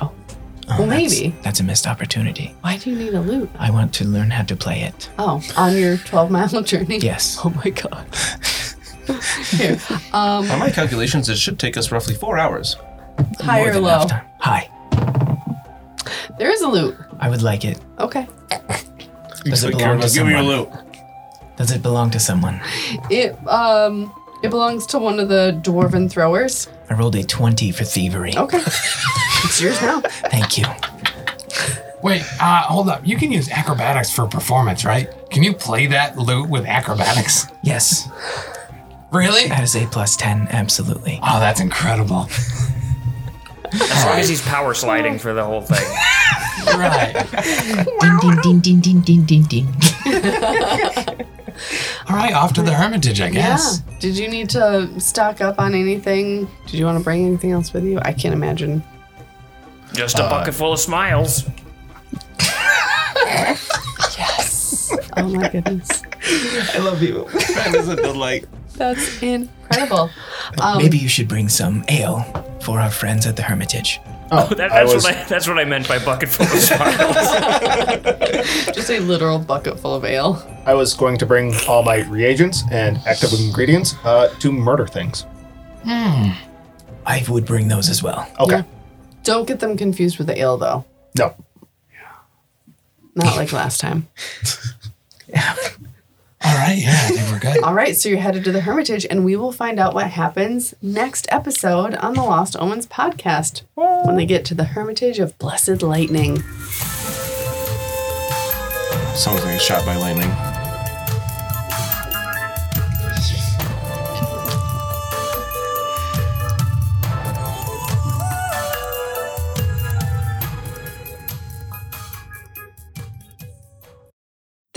S5: Oh, that's-
S9: maybe.
S5: that's a missed opportunity.
S9: Why do you need a lute?
S5: I want to learn how to play it.
S9: Oh, on your 12 mile journey?
S5: Yes.
S9: Oh my God. Here,
S10: By my calculations, it should take us roughly four hours.
S9: high
S5: More
S9: or
S5: than
S9: low?
S5: enough time. Hi.
S9: There is a lute.
S5: I would like it.
S9: Okay.
S5: Does it
S10: Like,
S5: belong to
S10: give me
S5: someone?
S10: a loot.
S5: Does it belong to someone?
S9: It um it belongs to one of the dwarven throwers.
S5: I rolled a 20 for thievery.
S9: Okay. it's yours now.
S5: Thank you.
S2: Wait, uh, hold up. You can use acrobatics for performance, right? Can you play that lute with acrobatics?
S5: Yes.
S2: Really?
S5: That is a plus 10. Absolutely.
S2: Oh, that's incredible.
S6: As long as he's power sliding for the whole thing.
S2: right.
S5: Ding, ding, ding, ding, ding, ding, ding, ding.
S2: All right, off to the hermitage, I guess.
S9: Yeah. Did you need to stock up on anything? Did you want to bring anything else with you? I can't imagine.
S6: Just a bucket full of smiles.
S9: Oh my goodness.
S5: I love you.
S10: That is a good, like.
S9: That's incredible.
S5: Oh. Maybe you should bring some ale for our friends at the Hermitage.
S6: That,
S1: I
S6: that's,
S1: was-
S6: what I, that's what I meant by bucket full of smiles.
S9: Just a literal bucket full of ale.
S1: I was going to bring all my reagents and active ingredients uh, to murder things.
S5: I would bring those as well.
S2: Oh
S1: Okay.
S9: Don't get them confused with the ale though.
S1: No.
S9: Not like last time.
S2: All right, yeah, I think we're good.
S9: All right, so you're headed to the Hermitage, and we will find out what happens next episode on the Lost Omens podcast when they get to the Hermitage of Blessed Lightning.
S10: Sounds like a shot by lightning.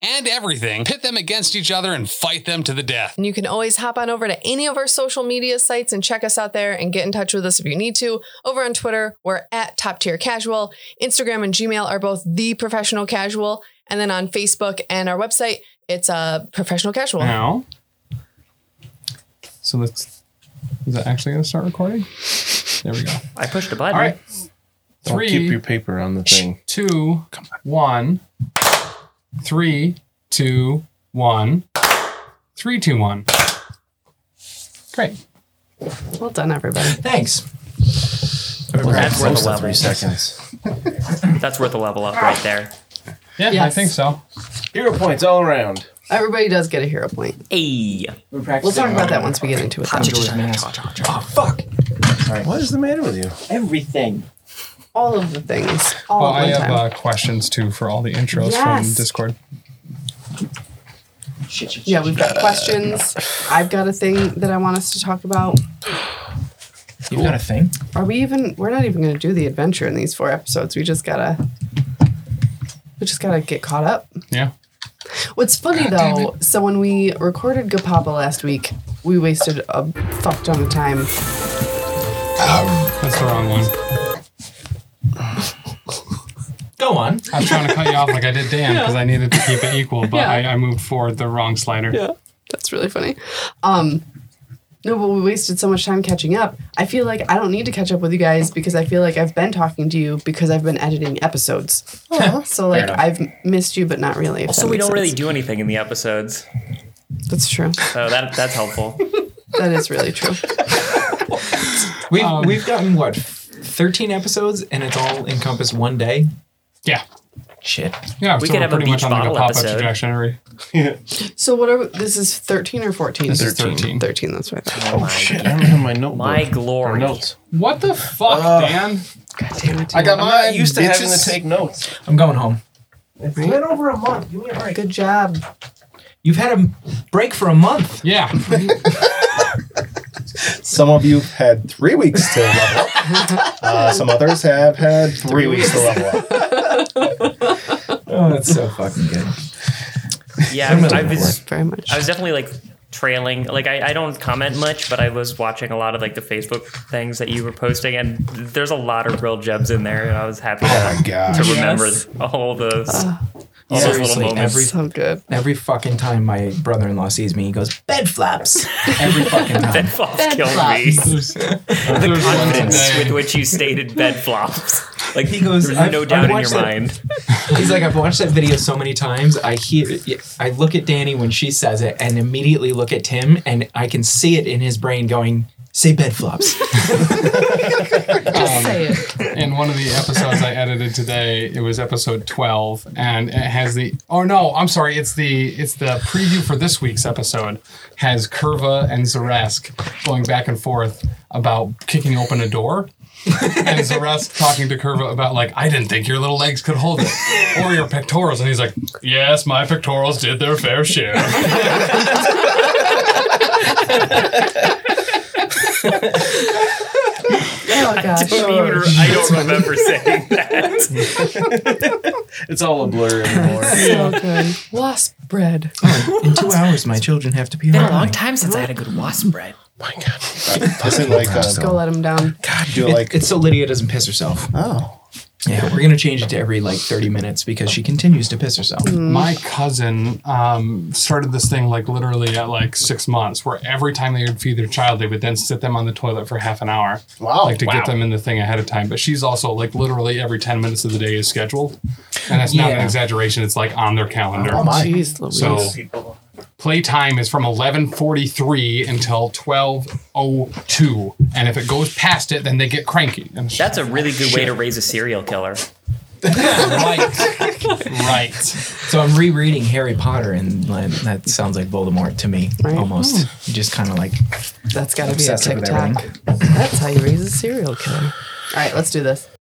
S8: and everything, pit them against each other, and fight them to the death.
S3: And you can always hop on over to any of our social media sites and check us out there and get in touch with us if you need to. Over on Twitter, we're at Top Tier Casual. Instagram and Gmail are both The Professional Casual. And then on Facebook and our website, it's uh, Professional Casual.
S8: Now. So let's. Is that actually going to start recording? There we go.
S6: I pushed a button.
S8: All right.
S10: Don't keep your
S8: Three,
S10: paper on the thing.
S8: two, one. Three, two, one. Three, two, one. Great.
S9: Well done, everybody.
S5: Thanks.
S6: That's worth
S10: Close
S6: a
S10: to
S6: level.
S10: three seconds.
S6: That's worth a level up right there.
S8: Yeah, I
S9: Yes.
S8: think so.
S10: Hero points all around.
S9: Everybody does get a hero point.
S6: Hey.
S9: We'll talk about that once we get into it. Though.
S5: Oh, fuck.
S10: What is the matter with you?
S5: Everything.
S9: All of the things. All
S8: Well,
S9: at
S8: I
S9: one
S8: have
S9: time.
S8: uh, questions too for all the intros
S9: Yes.
S8: from Discord.
S5: Shit, shit, shit.
S9: yeah, we've got questions. I've got a thing that I want us to talk about.
S5: You've got a thing?
S9: Are we even? We're not even going to do the adventure in these four episodes. We just gotta. We just gotta get caught up.
S8: Yeah.
S9: What's funny though, so when we recorded Gapapa last week, we wasted a fuck ton of time.
S8: That's the wrong one.
S5: Go on.
S8: I was trying to cut you off like I did Dan because I needed to keep it equal, but
S9: Yeah.
S8: I, I moved forward the wrong slider.
S9: That's really funny. Um, No, but we wasted so much time catching up. I feel like I don't need to catch up with you guys because I feel like I've been talking to you because I've been editing episodes. so like I've missed you, but not really. If
S6: Also,
S9: that
S6: we
S9: makes
S6: don't really
S9: sense.
S6: do anything in the episodes,
S9: That's true.
S6: so that that's helpful.
S9: That is really true.
S5: We've
S2: Um,
S5: we've gotten what thirteen episodes, and it's all encompassed one day.
S8: Yeah.
S5: Shit.
S8: Yeah,
S6: We
S8: so
S6: could
S8: we're
S6: have a
S8: pretty much
S6: beach
S8: on like a
S6: bottle
S8: pop-up
S6: episode.
S8: suggestion every
S9: So what are we, this is thirteen or fourteen?
S8: this is 13.
S9: Thirteen. That's right.
S2: Oh, shit. I don't have my notebook.
S6: My
S2: Or
S6: glory.
S2: notes.
S8: What the fuck, Dan?
S9: God
S6: Oh,
S9: damn it!
S1: I got
S2: I'm
S1: mine.
S2: not used to
S1: bitches.
S2: having to take notes.
S5: I'm going home.
S2: It's been over a month. Give me a break.
S9: Good job.
S5: You've had a break for a month.
S8: Yeah.
S1: Some of you had three weeks to level up. Uh, some others have had three, weeks. to level up.
S5: Oh, that's so fucking good.
S6: Yeah, I was
S9: Very much.
S6: I was definitely like trailing. Like I, I don't comment much, but I was watching a lot of like the Facebook things that you were posting, and there's a lot of real gems in there, and I was
S1: Oh
S6: happy to,
S1: God.
S6: to remember all those all those little
S5: Seriously,
S6: moments.
S5: every
S9: so good.
S5: every fucking time my brother-in-law sees me, he goes bed flaps. Every fucking time.
S6: Bed flops killed me. the confidence with which you stated bed flops. Like
S5: He goes,
S6: there's
S5: "I've-
S6: no
S5: I've
S6: doubt in
S5: watched
S6: your
S5: that."
S6: mind.
S5: He's like, I've watched that video so many times. I hear, I look at Danny when she says it, and immediately look at Tim, and I can see it in his brain going, "Say bed flops."
S9: Just say it.
S8: in one of the episodes I edited today, it was episode 12 and it has the Oh no, I'm sorry, it's the it's the preview for this week's episode has Curva and Zaresk going back and forth about kicking open a door. and Zaresk talking to Curva about like I didn't think your little legs could hold it or your pectorals and he's like, "Yes, my pectorals did their fair share."
S9: Oh gosh.
S6: Don't even re- I don't remember saying that.
S2: It's all a blur anymore.
S9: So good. Wasp bread.
S5: in two hours, my children have to be
S6: Been a
S5: online.
S6: long time since I had a good wasp bread.
S1: Is it like uh,
S6: Oh.
S9: Go let him down.
S1: do it
S5: It-
S1: like
S5: it's so Lydia doesn't piss herself.
S1: oh
S5: Yeah, we're gonna change it to every like 30 minutes because she continues to piss herself.
S8: My cousin um, started this thing like literally at like six months, where every time they would feed their child, they would then sit them on the toilet for half an hour,
S1: Wow.
S8: like to
S1: Wow.
S8: get them in the thing ahead of time. But she's also like literally every ten minutes of the day is scheduled, and that's not an
S5: Yeah.
S8: exaggeration. It's like on their calendar.
S1: oh my
S9: Jeez Louise.
S8: so playtime is from eleven forty three until twelve oh two, and if it goes past it, then they get cranky. And she's
S6: That's a really good way to raise a serial killer.
S8: right, right.
S5: So I'm rereading Harry Potter, and like, that sounds like Voldemort to me
S9: Right.
S5: almost. You just kind of like
S9: That's got to be a
S5: obsessive with
S9: TikTok. That's how you raise a serial killer. All right, let's do this.